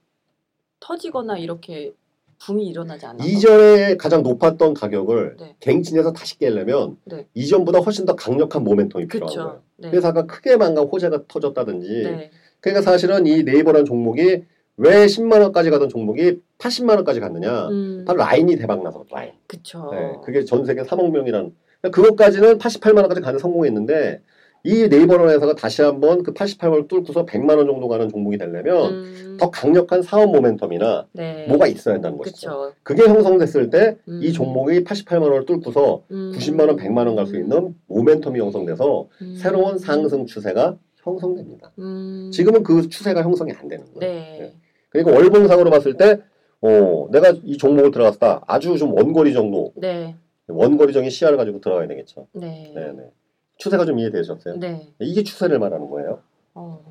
터지거나 이렇게 붐이 일어나지 않아요. 이전에 가장 높았던 가격을 네. 갱신해서 다시 깨려면 네. 이전보다 훨씬 더 강력한 모멘텀이 필요한 거예요. 그쵸. 네. 그래서 아까 크게 망간 호재가 터졌다든지 네. 그러니까 사실은 이 네이버라는 종목이 왜 10만 원까지 가던 종목이 80만 원까지 갔느냐 음. 어. 바로 라인이 대박 나서 라인 그쵸. 네, 그게 전 세계 3억 명이라는 그것까지는 88만 원까지 가는 데 성공했는데 이 네이버라는 회사가 다시 한번 그 88만 원을 뚫고서 100만 원 정도 가는 종목이 되려면 음. 더 강력한 사업 모멘텀이나 네. 뭐가 있어야 한다는 것이죠. 그쵸. 그게 형성됐을 때 이 음. 종목이 88만 원을 뚫고서 음. 90만 원, 100만 원 갈 수 있는 모멘텀이 형성돼서 음. 새로운 상승 추세가 형성됩니다. 음. 지금은 그 추세가 형성이 안 되는 거예요. 네. 그러니까 월봉상으로 봤을 때, 어, 내가 이 종목을 들어갔다. 아주 좀 원거리 정도, 네. 원거리적인 시야를 가지고 들어가야 되겠죠. 네. 네, 네. 추세가 좀 이해되셨어요? 네. 이게 추세를 말하는 거예요. 어.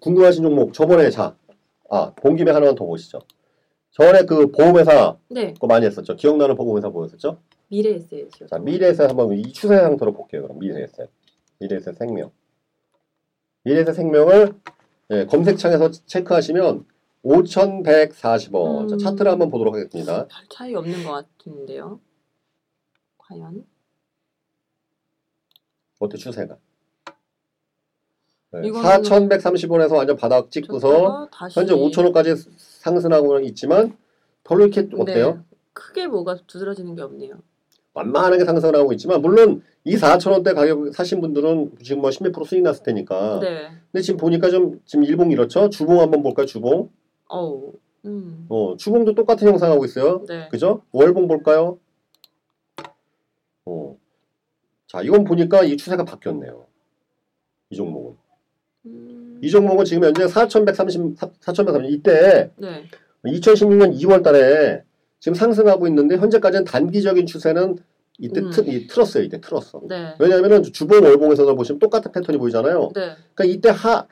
궁금하신 종목, 저번에 자, 아, 본 김에 하나만 더 보시죠. 저번에 그 보험회사 네. 그거 많이 했었죠. 기억나는 보험회사 보였었죠? 미래 에셋이요. 자, 미래에서 한번 이 추세 상태로 볼게요. 그럼 미래에서. 미래에서 생명. 미래에서 생명을 예, 검색창에서 체크하시면 5,140원. 자, 음. 차트를 한번 보도록 하겠습니다. 별 어, 차이 없는 것 같은데요. 과연? 어때 추세가? 네, 이거는- 4,130원에서 완전 바닥 찍고서 저거 다시 현재 5,000원까지 상승하고는 있지만 별로 이렇게 어때요? 네. 크게 뭐가 두드러지는 게 없네요. 완만하게 상승을 하고 있지만 물론 이 4,000원대 가격 사신 분들은 지금 뭐 10몇 프로 수익 났을 테니까 네. 근데 지금 보니까 좀 지금 일봉 이렇죠? 주봉 한번 볼까요? 주봉? 어우. 음. 어, 주봉도 똑같은 형상 하고 있어요. 네. 그죠? 월봉 볼까요? 어. 자, 이건 보니까 이 추세가 바뀌었네요. 이 종목은. 음. 이 종목은 지금 현재 4,130, 4,130 이때 네. 2016년 2월 달에 지금 상승하고 있는데 현재까지는 단기적인 추세는 이때 음. 틀, 이, 틀었어요. 이때 틀었어. 네. 왜냐하면 주봉 월봉에서도 보시면 똑같은 패턴이 보이잖아요. 네. 그러니까 이때 하,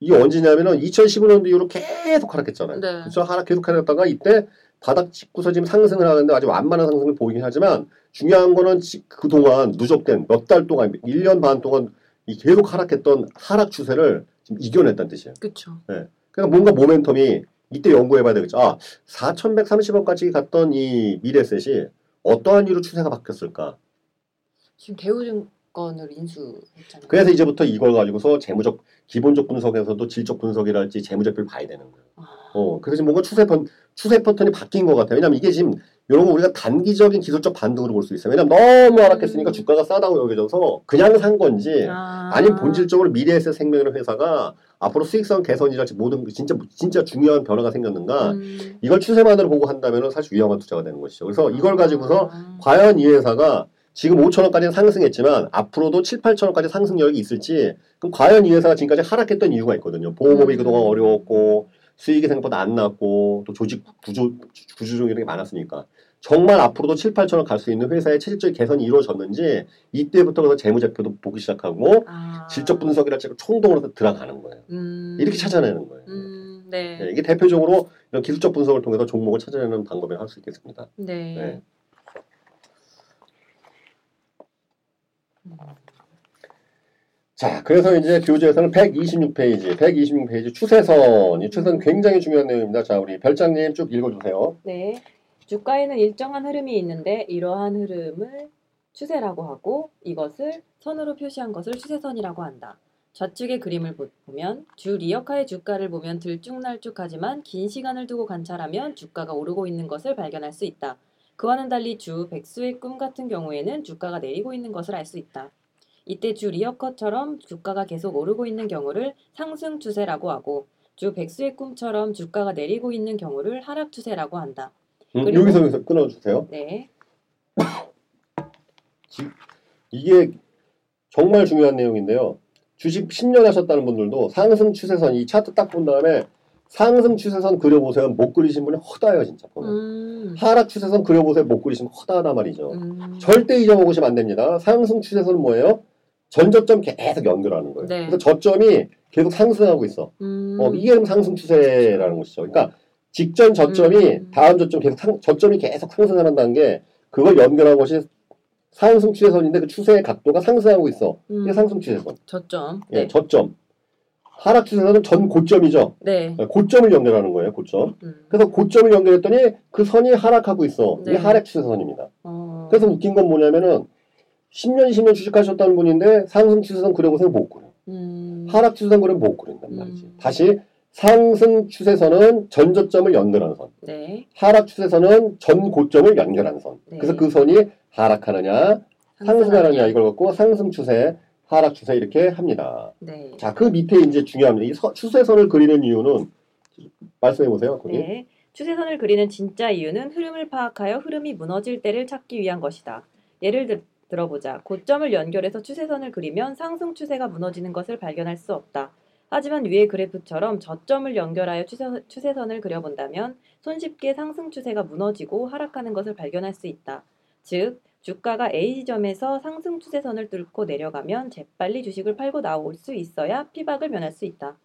이게 언제냐면은 2015년도 이후로 계속 하락했잖아요. 네. 그래서 하락 계속 하락했다가 이때 바닥 찍고서 지금 상승을 하는데 아주 완만한 상승을 보이긴 하지만 중요한 거는 지- 그동안 누적된 몇 달 동안, 1년 반 동안 이 계속 하락했던 하락 추세를 지금 이겨냈다는 뜻이에요. 그쵸. 그러니까 뭔가 모멘텀이 이때 연구해봐야 되겠죠. 아, 4,130원까지 갔던 이 미래셋이 어떠한 이유로 추세가 바뀌었을까? 지금 대우증권을 인수했잖아요. 그래서 이제부터 이걸 가지고서 재무적 기본적 분석에서도 질적 분석이랄지 재무제표를 봐야 되는 거예요. 아, 어, 그래서 뭔가 추세 번 추세 패턴이 바뀐 것 같아요. 왜냐면 이게 지금 이런 거 우리가 단기적인 기술적 반등으로 볼 수 있어요. 왜냐면 너무 하락했으니까 음. 주가가 싸다고 여겨져서 그냥 산 건지 예. 아니면 본질적으로 미래에셋 생명이라는 회사가 앞으로 수익성 개선이랄지 모든 그 진짜 진짜 중요한 변화가 생겼는가 음. 이걸 추세만으로 보고 한다면 사실 위험한 투자가 되는 것이죠. 그래서 어, 이걸 가지고서 아. 과연 이 회사가 지금 5천원까지는 상승했지만 앞으로도 7, 8천원까지 상승 여력이 있을지 그럼 과연 이 회사가 지금까지 하락했던 이유가 있거든요. 보험업이 음. 그동안 어려웠고 수익이 생각보다 안 났고 또 조직 구조 구조조정 이런 게 많았으니까 정말 앞으로도 7, 8천원 갈 수 있는 회사의 체질적 개선이 이루어졌는지 이때부터 그래서 재무제표도 보기 시작하고 아. 질적 분석이랄지 총동으로 들어가는 거예요. 음. 이렇게 찾아내는 거예요. 음, 네. 네, 이게 대표적으로 이런 기술적 분석을 통해서 종목을 찾아내는 방법이라고 할 수 있겠습니다. 네. 네. 음, 자, 그래서 이제 교재에서는 126페이지, 126페이지 추세선이 추세선 굉장히 중요한 내용입니다. 자, 우리 별장님 쭉 읽어주세요. 네. 주가에는 일정한 흐름이 있는데 이러한 흐름을 추세라고 하고 이것을 선으로 표시한 것을 추세선이라고 한다. 좌측의 그림을 보- 보면 주 리어카의 주가를 보면 들쭉날쭉하지만 긴 시간을 두고 관찰하면 주가가 오르고 있는 것을 발견할 수 있다. 그와는 달리 주 백수의 꿈 같은 경우에는 주가가 내리고 있는 것을 알 수 있다. 이때 주 리어컷처럼 주가가 계속 오르고 있는 경우를 상승 추세라고 하고 주 백수의 꿈처럼 주가가 내리고 있는 경우를 하락 추세라고 한다. 음, 그리고- 여기서 여기서 끊어주세요. 네. 이게 정말 중요한 내용인데요. 주식 10년 하셨다는 분들도 상승 추세선 이 차트 딱 본 다음에 상승 추세선 그려보세요. 못 그리신 분이 허다해요, 진짜. 보면. 음. 하락 추세선 그려보세요. 못 그리시면 허다하단 말이죠. 음. 절대 잊어먹으시면 안 됩니다. 상승 추세선은 뭐예요? 전저점 계속 연결하는 거예요. 네. 그래서 저점이 계속 상승하고 있어. 음. 어, 이게 그럼 상승 추세라는 것이죠. 그러니까 직전 저점이 음. 다음 저점 계속 상, 저점이 계속 상승하는다는 게 그걸 연결한 것이 상승 추세선인데 그 추세의 각도가 상승하고 있어. 이게 음. 상승 추세선. 저점. 예, 네. 저점. 하락 추세선은 전 고점이죠. 예, 네. 고점을 연결하는 거예요. 고점. 음. 그래서 고점을 연결했더니 그 선이 하락하고 있어. 이게 네. 하락 추세선입니다. 어. 그래서 웃긴 건 뭐냐면은 10년, 20년 주식하셨다는 분인데 상승 추세선 그려보세요 못 그려. 음. 하락 추세선 뭐 그려 못 그린단 말이지. 음. 다시 상승 추세선은 전저점을 연결하는 선, 네. 하락 추세선은 전 고점을 연결하는 선. 네. 그래서 그 선이 하락하느냐, 상승하느냐 이걸 갖고 상승 추세, 하락 추세 이렇게 합니다. 네. 자, 그 밑에 이제 중요합니다. 이 서- 추세선을 그리는 이유는 말씀해 보세요. 거기. 네. 추세선을 그리는 진짜 이유는 흐름을 파악하여 흐름이 무너질 때를 찾기 위한 것이다. 예를 들, 들어보자. 고점을 연결해서 추세선을 그리면 상승 추세가 무너지는 것을 발견할 수 없다. 하지만 위의 그래프처럼 저점을 연결하여 추세, 추세선을 그려본다면 손쉽게 상승 추세가 무너지고 하락하는 것을 발견할 수 있다. 즉, 주가가 A 지점에서 상승 추세선을 뚫고 내려가면 재빨리 주식을 팔고 나올 수 있어야 피박을 면할 수 있다.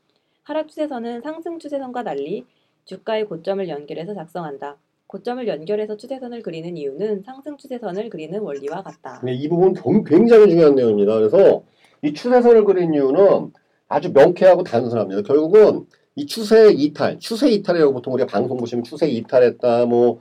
하락 추세선은 상승 추세선과 달리 주가의 고점을 연결해서 작성한다. 고점을 연결해서 추세선을 그리는 이유는 상승 추세선을 그리는 원리와 같다. 네, 이 부분 경- 굉장히 중요한 내용입니다. 그래서 이 추세선을 그린 이유는 아주 명쾌하고 단순합니다. 결국은 이 추세 이탈, 추세 이탈이라고 보통 우리가 방송 보시면 추세 이탈했다, 뭐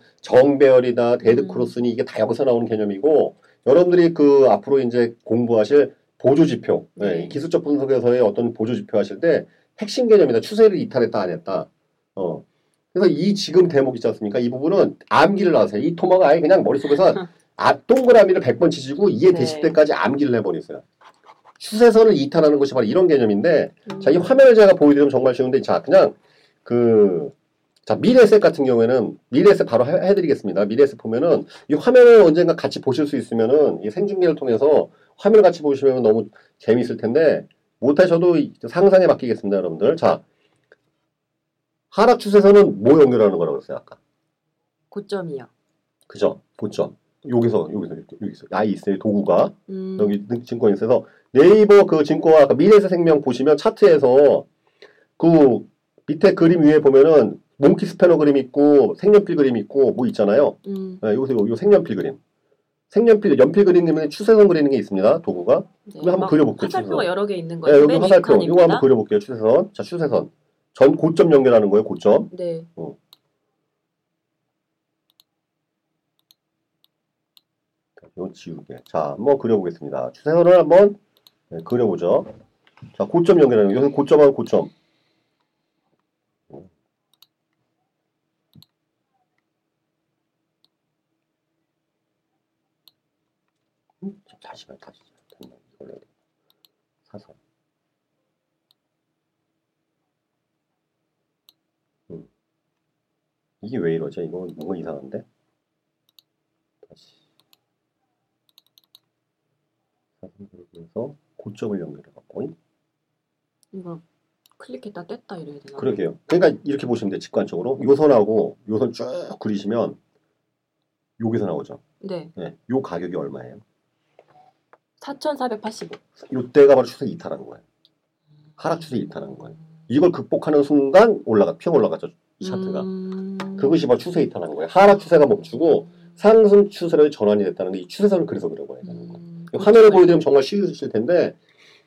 정배열이다, 데드 음. 크로스니 이게 다 여기서 나오는 개념이고 여러분들이 그 앞으로 이제 공부하실 보조 지표, 네, 네. 기술적 분석에서의 어떤 보조 지표 하실 때 핵심 개념이다. 추세를 이탈했다, 안 했다. 어. 그래서 이 지금 대목 있지 않습니까? 이 부분은 암기를 하세요. 이 토마가 아예 그냥 머릿속에서 아, 동그라미를 100번 치시고 이해 네. 되실 때까지 암기를 해버리세요. 추세선을 이탈하는 것이 바로 이런 개념인데 음. 자, 이 화면을 제가 보여드리면 정말 쉬운데 자, 그냥 그 자, 미래셋 같은 경우에는 미래셋 바로 해, 드리겠습니다 미래셋 보면은 이 화면을 언젠가 같이 보실 수 있으면은 이 생중계를 통해서 화면을 같이 보시면 너무 재미있을 텐데 못하셔도 이- 상상에 맡기겠습니다, 여러분들. 자, 하락 추세선은 뭐 연결하는 거라고 그랬어요, 아까? 고점이요. 그죠? 고점. 여기서 여기서 여기서 아이 있어요 도구가 음. 여기 증권이 있어서 네이버 그 증권화 아까 미래에서 생명 보시면 차트에서 그 밑에 그림 위에 보면은 몽키 스패너 그림 있고 색연필 그림 있고 뭐 있잖아요. 음. 네, 요새 요, 요 색연필 그림. 색연필 연필 그림 때문에 추세선 그리는 게 있습니다. 도구가. 네. 이거 한번 막 그려볼게요, 화살표가 추세선. 여러 개 있는 네, 거예요. 여기 맨 화살표. 윗칸입니다. 요거 한번 그려볼게요. 추세선. 자, 추세선. 전 고점 연결하는 거예요. 고점. 네. 요 지우개. 자, 한번 그려보겠습니다. 추세선을 한번 네, 그려보죠. 자, 고점 연결하는 거. 요새 고점하고 고점. 음, 잠시만, 다시. 잠깐만, 이걸 해야 돼. 사선. 음. 이게 왜 이러죠? 이거 뭔가 이상한데? 다시. 그래서 고점을 연결해 갖고 이거 클릭했다 뗐다 이래야 되나? 그러게요. 그러니까 이렇게 보시면 돼요. 직관적으로 요선하고 요선 쭉 그리시면 여기서 나오죠. 네. 네. 요 가격이 얼마예요? 4,485. 요때가 바로 추세 이탈한 거예요. 하락 추세 이탈한 거예요. 음. 이걸 극복하는 순간 올라가 평 올라가죠. 이 차트가 음. 그것이 바로 추세 이탈한 거예요. 하락 추세가 멈추고 상승 음. 그렇죠. 추세로 전환이 됐다는 게 이 추세선을 그래서 그려봐야 되는 거예요. 음. 화면을 보여드리면 정말 쉬우실 텐데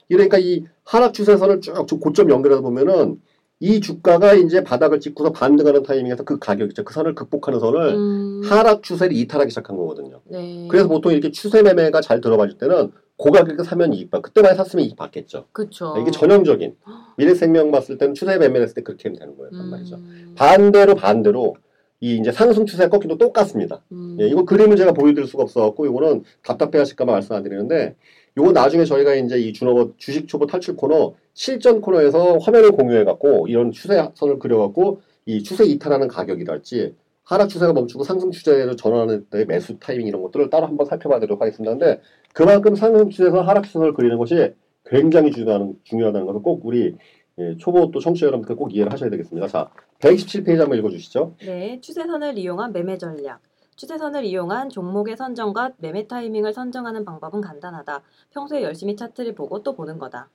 이러니까 이 하락 추세선을 쭉쭉 고점 연결하다 보면은 이 주가가 이제 바닥을 찍고서 반등하는 타이밍에서 그 가격 있죠. 그 선을 극복하는 선을 음, 하락 추세를 이탈하기 시작한 거거든요. 네. 그래서 뭐 보통 이렇게 추세 매매가 잘 들어봐줄 때는 고가격에 사면 이익 받. 그때만 샀으면 이익 받겠죠. 그쵸. 이게 전형적인 미래생명 봤을 때는 추세 매매를 했을 때 그렇게 하면 되는 거예요. 음, 말이죠. 반대로 반대로 이 이제 상승 추세 꺾기도 똑같습니다. 음, 예, 이거 그림을 제가 보여드릴 수가 없어갖고 이거는 답답해하실까봐 말씀 안 드리는데 요거 나중에 저희가 이제 이 준호버 주식 초보 탈출 코너 실전 코너에서 화면을 공유해갖고 이런 추세선을 그려갖고 이 추세 이탈하는 가격이랄지 하락 추세가 멈추고 상승 추세로 전환하는 때 매수 타이밍 이런 것들을 따로 한번 살펴봐야 되도록 하겠습니다. 근데 그만큼 상승 추세에서 하락 추세를 그리는 것이 굉장히 중요하다는, 중요하다는 것을 꼭 우리 예, 초보 또 청취자 여러분들 꼭 이해를 하셔야 되겠습니다. 자, 127페이지 한번 읽어주시죠. 네, 추세선을 이용한 매매 전략. 추세선을 이용한 종목의 선정과 매매 타이밍을 선정하는 방법은 간단하다. 평소에 열심히 차트를 보고 또 보는 거다.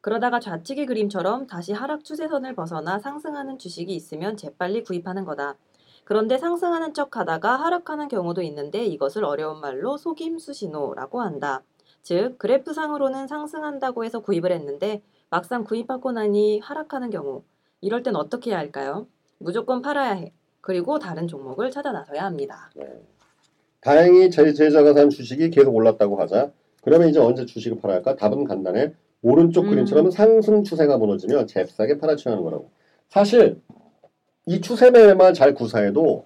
그러다가 좌측의 그림처럼 다시 하락 추세선을 벗어나 상승하는 주식이 있으면 재빨리 구입하는 거다. 그런데 상승하는 척 하다가 하락하는 경우도 있는데 이것을 어려운 말로 속임수 신호라고 한다. 즉, 그래프상으로는 상승한다고 해서 구입을 했는데 막상 구입하고 나니 하락하는 경우. 이럴 땐 어떻게 해야 할까요? 무조건 팔아야 해. 그리고 다른 종목을 찾아 나서야 합니다. 다행히 제 제자가 산 주식이 계속 올랐다고 하자. 그러면 이제 언제 주식을 팔아야 할까? 답은 간단해. 오른쪽 음. 그림처럼 상승 추세가 무너지면 잽싸게 팔아치우는 거라고. 사실 이 추세 매매만 잘 구사해도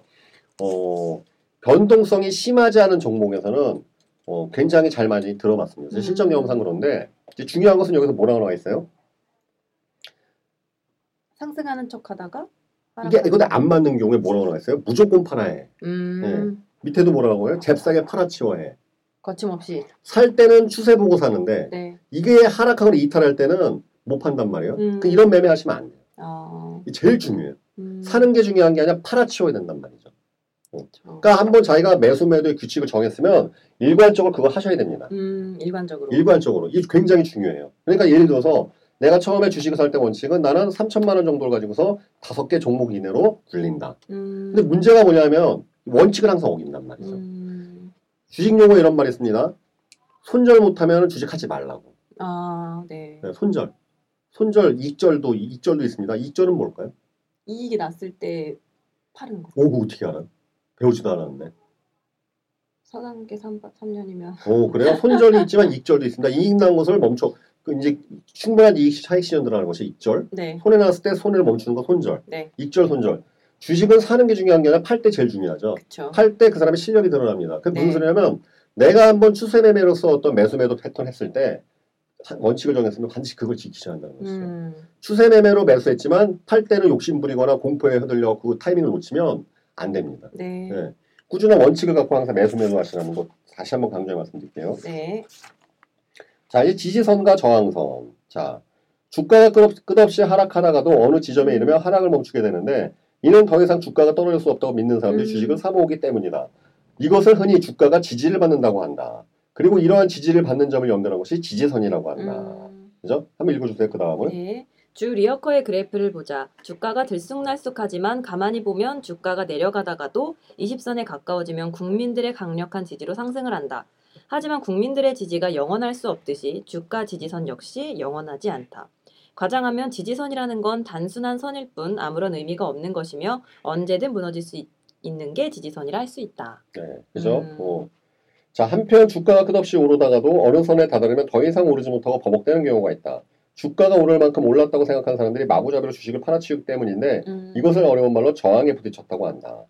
어, 변동성이 심하지 않은 종목에서는 어, 굉장히 잘 많이 들어봤습니다. 제 음. 실적 경험상 그런데 이제 중요한 것은 여기서 뭐라고 나와 있어요? 상승하는 척하다가 이게 이거는 안 맞는 경우에 뭐라고 나와 있어요? 무조건 팔아야 해. 음, 밑에도 뭐라고 해요? 잽싸게 팔아치워야 해. 거침없이. 살 때는 추세 보고 사는데 네. 이게 하락하거나 이탈할 때는 못 판단 말이에요. 음. 그 이런 매매 하시면 안 돼요. 어, 이게 제일 중요해요. 음, 사는 게 중요한 게 아니라 팔아치워야 된단 말이죠. 그쵸. 그러니까 한번 자기가 매수 매도의 규칙을 정했으면 일괄적으로 그거 하셔야 됩니다. 음, 일관적으로. 일괄적으로. 이게 굉장히 중요해요. 그러니까 예를 들어서 내가 처음에 주식을 살 때 원칙은 나는 3천만 원 정도를 가지고서 다섯 개 종목 이내로 굴린다. 음, 근데 문제가 뭐냐면 원칙을 항상 어긴단 말이죠. 음, 주식 용어 이런 말 있습니다. 손절 못하면 주식하지 말라고. 아, 네. 네, 손절. 손절 익절도 익절도 있습니다. 익절은 뭘까요? 이익이 났을 때 파는 거. 오, 그거 어떻게 알아요? 배우지도 않았는데. 4단계 3, 3년이면. 오, 어, 그래요? 손절이 있지만 익절도 있습니다. 이익 난 것을 멈춰. 그 이제 충분한 이익 차익 실현들하는 것이 익절. 네. 손해 났을 때 손해를 멈추는 건 손절. 네. 익절 손절. 주식은 사는 게 중요한 게 아니라 팔 때 제일 중요하죠. 그쵸. 팔 때 그 사람의 실력이 드러납니다. 그게 무슨 네. 소리냐면 내가 한번 추세 매매로서 어떤 매수 매도 패턴 했을 때 원칙을 정했으면 반드시 그걸 지키셔야 한다는 것이죠. 음, 추세 매매로 매수했지만 팔 때는 욕심 부리거나 공포에 흔들려 그 타이밍을 놓치면 안 됩니다. 네. 네. 예. 꾸준한 원칙을 갖고 항상 매수 매도하시라는 것 다시 한번 강조해 말씀드릴게요. 자, 이제 지지선과 저항선. 자, 주가가 끝없- 끝없이 하락하다가도 어느 지점에 이르면 하락을 멈추게 되는데 이는 더 이상 주가가 떨어질 수 없다고 믿는 사람들이 음. 주식을 사모으기 때문이다. 이것을 흔히 주가가 지지를 받는다고 한다. 그리고 이러한 지지를 받는 점을 연결한 것이 지지선이라고 한다. 음, 그죠? 한번 읽어주세요. 그 다음은. 네. 주 리어커의 그래프를 보자. 주가가 들쑥날쑥하지만 가만히 보면 주가가 내려가다가도 20선에 가까워지면 국민들의 강력한 지지로 상승을 한다. 하지만 국민들의 지지가 영원할 수 없듯이 주가 지지선 역시 영원하지 않다. 과장하면 지지선이라는 건 단순한 선일 뿐 아무런 의미가 없는 것이며 언제든 무너질 수 있, 는게 지지선이라 할 수 있다. 네, 그죠? 음. 어. 자, 한편 주가가 끝없이 오르다가도 어느 선에 다다르면 더 이상 오르지 못하고 버벅대는 경우가 있다. 주가가 오를 만큼 올랐다고 생각하는 사람들이 마구잡이로 주식을 팔아치우기 때문인데 음, 이것을 어려운 말로 저항에 부딪혔다고 한다.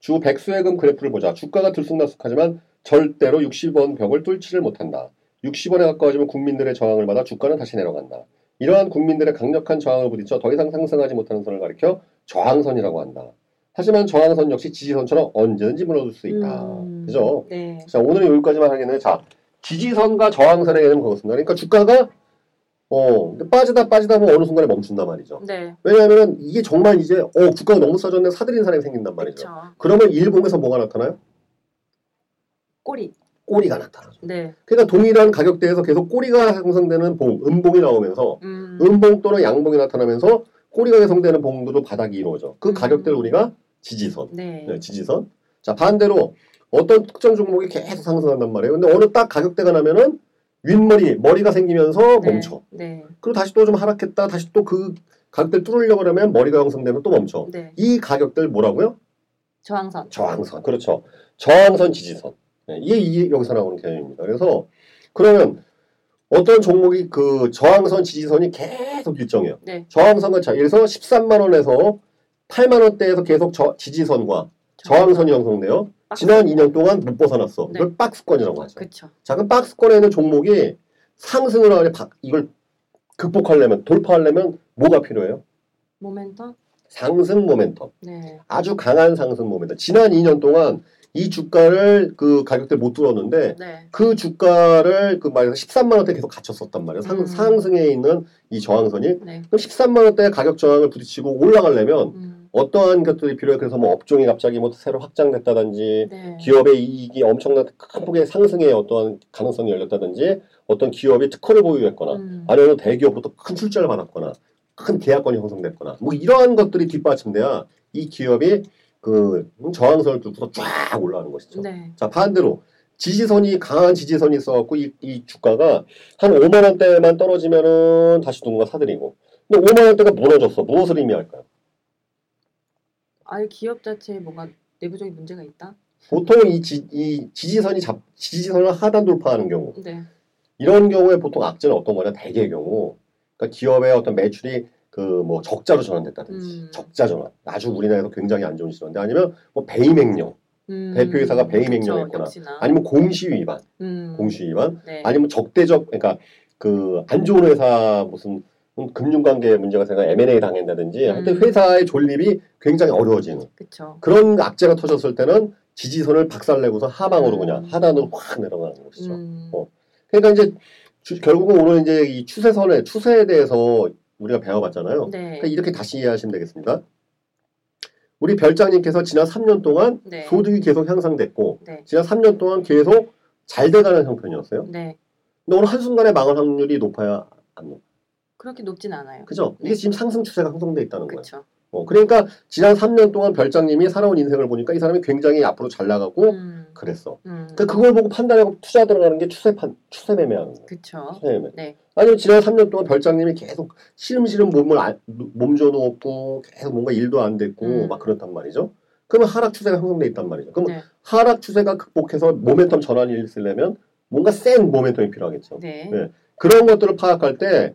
주 백수의금 그래프를 보자. 주가가 들쑥날쑥하지만 절대로 60원 벽을 뚫지를 못한다. 60원에 가까워지면 국민들의 저항을 받아 주가는 다시 내려간다. 이러한 국민들의 강력한 저항을 부딪혀 더 이상 상승하지 못하는 선을 가리켜 저항선이라고 한다. 하지만 저항선 역시 지지선처럼 언제든지 무너질 수 있다. 음. 그죠? 네. 자, 오늘은 여기까지만 하겠는데, 자, 지지선과 저항선의 개념은 그렇습니다. 그러니까 주가가, 어, 빠지다 빠지다 보면 어느 순간에 멈춘단 말이죠. 네. 왜냐하면 이게 정말 이제 어 주가가 너무 싸졌네 사들인 사람이 생긴단 말이죠. 그쵸. 그러면 일봉에서 뭐가 나타나요? 꼬리. 꼬리가 나타나죠. 네. 그러니까 동일한 가격대에서 계속 꼬리가 형성되는 봉, 음봉이 나오면서 음, 음봉 또는 양봉이 나타나면서 꼬리가 형성되는 봉도 바닥이 이루어져. 그 음. 가격대를 우리가 지지선, 네. 네, 지지선. 자 반대로 어떤 특정 종목이 계속 상승한단 말이에요. 근데 어느 딱 가격대가 나면은 윗머리 머리가 생기면서 네. 멈춰. 네. 그리고 다시 또 좀 하락했다. 다시 또 그 가격대를 뚫으려고 그러면 머리가 형성되면 또 멈춰. 네. 이 가격대를 뭐라고요? 저항선. 저항선. 그렇죠. 저항선 지지선. 네, 이게 이- 여기서 나오는 개념입니다. 그래서 그러면 어떤 종목이 그 저항선 지지선이 계속 일정해요. 네. 저항선과 자, 예를 들어서 13만 원에서 8만 원대에서 계속 저, 지지선과 저항선이 형성돼요. 지난 2년 동안 못 벗어났어. 네. 이걸 박스권이라고 하죠. 그렇죠. 자, 그럼 박스권에 있는 종목이 상승을 하려 바- 이걸 극복하려면 돌파하려면 뭐가 필요해요? 모멘텀. 상승 모멘텀. 네. 아주 강한 상승 모멘텀. 지난 2년 동안 이 주가를 그 가격대 못 뚫었는데 네. 그 주가를 그 말해서 13만 원대 계속 갇혔었단 말이에요. 상, 음. 상승에 있는 이 저항선이 네. 그럼 13만 원대 가격 저항을 부딪히고 올라가려면 음. 어떠한 것들이 필요해? 그래서 뭐 업종이 갑자기 뭐 새로 확장됐다든지 네. 기업의 이익이 엄청난 큰 폭의 상승에 어떠한 가능성이 열렸다든지 어떤 기업이 특허를 보유했거나 음. 아니면 대기업으로부터 큰 출자를 받았거나 큰 계약권이 형성됐거나 뭐 이러한 것들이 뒷받침돼야 이 기업이 그 저항선을 뚫고서 쫙 올라가는 것이죠. 네. 자 반대로 지지선이 강한 지지선이 있어갖고 이, 이 주가가 한 5만 원대만 떨어지면은 다시 누군가 사들이고 근데 5만 원대가 무너졌어. 무엇을 의미할까요? 아예 기업 자체에 뭔가 내부적인 문제가 있다. 보통 이, 지, 이 지지선이 잡, 지지선을 하단 돌파하는 경우 네. 이런 경우에 보통 악재는 어떤 거냐 대개의 경우 그러니까 기업의 어떤 매출이 그 뭐 적자로 전환됐다든지 음. 적자 전환 아주 우리나라에서 굉장히 안 좋은 시도인데 아니면 뭐 배임행령 음. 대표이사가 배임 그쵸, 행령을 했거나 역시나. 아니면 공시 위반 음. 공시 위반 네. 아니면 적대적 그러니까 그 안 좋은 회사 무슨 금융관계 문제가 생겨 M&A 당했다든지 하여튼 음. 회사의 존립이 굉장히 어려워지는 그렇죠. 그런 악재가 터졌을 때는 지지선을 박살내고서 하방으로 음. 그냥 하단으로 확 내려가는 것이죠. 음. 어. 그러니까 이제 주- 결국은 오늘 이제 이 추세선의 추세에 대해서 우리가 배워봤잖아요. 네. 그러니까 이렇게 다시 이해하시면 되겠습니다. 우리 별장님께서 지난 3년 동안 네. 소득이 계속 향상됐고 네. 지난 3년 동안 계속 잘 돼가는 형편이었어요. 네. 근데 오늘 한순간에 망할 확률이 높아야 안 높아. 그렇게 높진 않아요. 그죠? 이게 지금 상승 추세가 형성돼 있다는 거예요. 그렇죠. 어, 그러니까 지난 3년 동안 별장님이 살아온 인생을 보니까 이 사람이 굉장히 앞으로 잘 나가고 음. 그랬어. 음. 어? 그러니까 그걸 보고 판단하고 투자 들어가는 게 추세 판 추세 매매하는 거예요. 그렇죠. 네. 네. 아니면 지난 3년 동안 별장님이 계속 시름시름 몸을 안- 몸져 놓고 계속 뭔가 일도 안 됐고 음. 막 그렇단 말이죠. 그러면 하락 추세가 형성돼 있단 말이죠. 그럼 네. 하락 추세가 극복해서 모멘텀 전환이 있으려면 뭔가 센 모멘텀이 필요하겠죠. 네. 네. 그런 것들을 파악할 때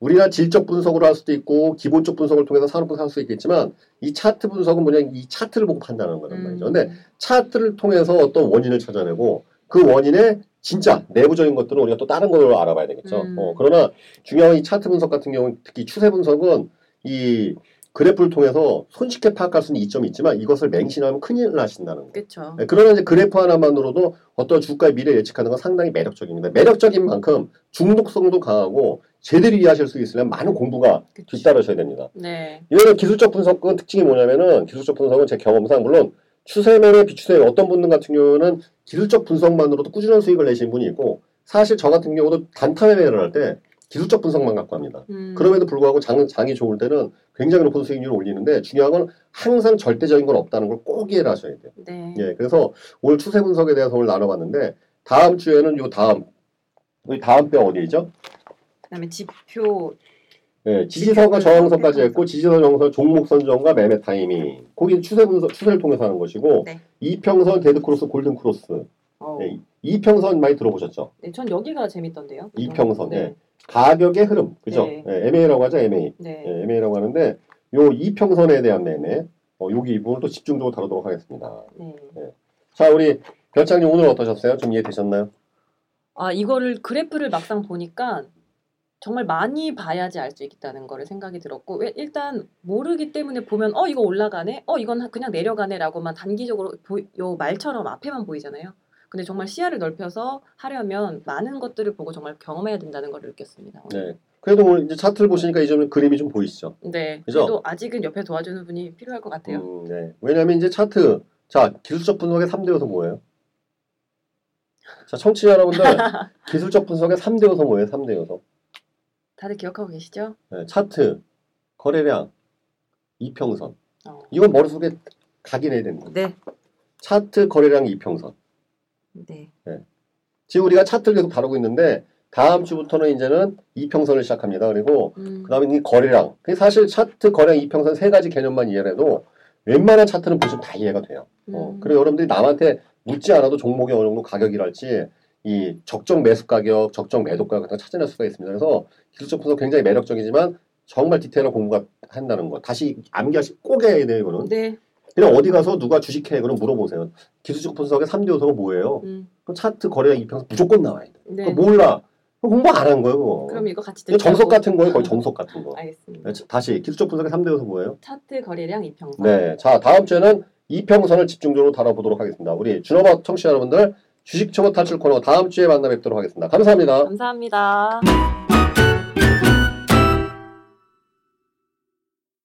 우리가 질적 분석으로 할 수도 있고 기본적 분석을 통해서 산업분석 할수 있겠지만 이 차트 분석은 그냥 이 차트를 보고 판단하는 음. 거란 말이죠. 근데 차트를 통해서 어떤 원인을 찾아내고 그 원인의 진짜 내부적인 것들은 우리가 또 다른 걸로 알아봐야 되겠죠. 음. 어, 그러나 중요한 이 차트 분석 같은 경우 특히 추세 분석은 이 그래프를 통해서 손쉽게 파악할 수 있는 이점이 있지만 이것을 맹신하면 큰일 나신다는 거예요. 그렇죠. 네, 그러나 이제 그래프 하나만으로도 어떤 주가의 미래 예측하는 건 상당히 매력적입니다. 매력적인 만큼 중독성도 강하고 제대로 이해하실 수 있으려면 많은 공부가 뒤따르셔야 됩니다. 네. 이거는 기술적 분석은 특징이 뭐냐면은 기술적 분석은 제 경험상 물론 추세면의 비추세 어떤 분들 같은 경우는 기술적 분석만으로도 꾸준한 수익을 내시는 분이 있고 사실 저 같은 경우도 단타 매매를 할 때 기술적 분석만 갖고 합니다. 음. 그럼에도 불구하고 장, 장이 좋을 때는 굉장히 높은 수익률을 올리는데 중요한 건 항상 절대적인 건 없다는 걸 꼭 이해를 하셔야 돼요. 네. 예, 그래서 오늘 추세 분석에 대해서 오늘 나눠봤는데 다음 주에는 요 다음 우리 다음 뼈 어디죠? 그다음에 지표 예, 지지선과 네. 저항선까지 했고 지지선 정선 종목 선정과 매매 타이밍 거기 추세 분석 추세를 통해서 하는 것이고 네. 이평선 데드 크로스 골든 크로스 어. 예, 이평선 많이 들어보셨죠? 네, 전 여기가 재밌던데요. 이평선, 네. 가격의 흐름 그죠? 네. 예, MA라고 하죠 MA 네. 예, MA라고 하는데 요 이평선에 대한 매매 어, 여기 이 부분을 또 집중적으로 다루도록 하겠습니다. 네. 자 우리 별장님 오늘 어떠셨어요? 좀 이해되셨나요? 아, 이거를 그래프를 막상 보니까 정말 많이 봐야지 알 수 있다는 거를 생각이 들었고 왜 일단 모르기 때문에 보면 어 이거 올라가네 어 이건 그냥 내려가네라고만 단기적으로 보, 요 말처럼 앞에만 보이잖아요 근데 정말 시야를 넓혀서 하려면 많은 것들을 보고 정말 경험해야 된다는 걸 느꼈습니다 오늘. 네. 그래도 오늘 이제 차트를 보시니까 이제 그림이 좀 보이시죠? 네 그죠? 그래도 아직은 옆에 도와주는 분이 필요할 것 같아요 음, 네. 왜냐하면 이제 차트 자 기술적 분석의 3대 요소 뭐예요? 자 청취자 여러분들 기술적 분석의 3대 요소 뭐예요? 3대 요소 다들 기억하고 계시죠? 네, 차트 거래량 이평선 어. 이건 머릿속에 각인해야 됩니다. 네. 차트 거래량 이평선 네. 지금 우리가 차트를 계속 다루고 있는데 다음 주부터는 이제는 이평선을 시작합니다. 그리고 음. 그다음에 이 거래량. 그게 사실 차트 거래량 이평선 세 가지 개념만 이해해도 웬만한 차트는 보시면 다 이해가 돼요. 어, 음. 그리고 여러분들이 남한테 묻지 않아도 종목의 어느 정도 가격이랄지 이 적정 매수 가격, 적정 매도 가격 같은 걸 찾아낼 수가 있습니다. 그래서 기술적 분석 굉장히 매력적이지만 정말 디테일한 공부가 한다는 거. 다시 암기하시 꼭 해야 돼요, 이거는. 네. 그냥 어디 가서 누가 주식해 그럼 물어보세요. 기술적 분석의 3대 요소가 뭐예요? 음. 그럼 차트 거래량 이평선 무조건 나와요. 네. 그거 뭐 몰라. 그거 공부 안 한 거예요, 그거. 그럼 이거 같이 어. 이거 듣자고. 정석 같은 음. 거예요, 거의 정석 같은 거. 알겠습니다. 네, 자, 다시 기술적 분석의 3대 요소 뭐예요? 차트 거래량 이평선. 네, 자 다음 주에는 이평선을 집중적으로 다뤄보도록 하겠습니다. 우리 준호박 청취자 여러분들 주식 초보 탈출 코너 다음 주에 만나 뵙도록 하겠습니다. 감사합니다. 감사합니다.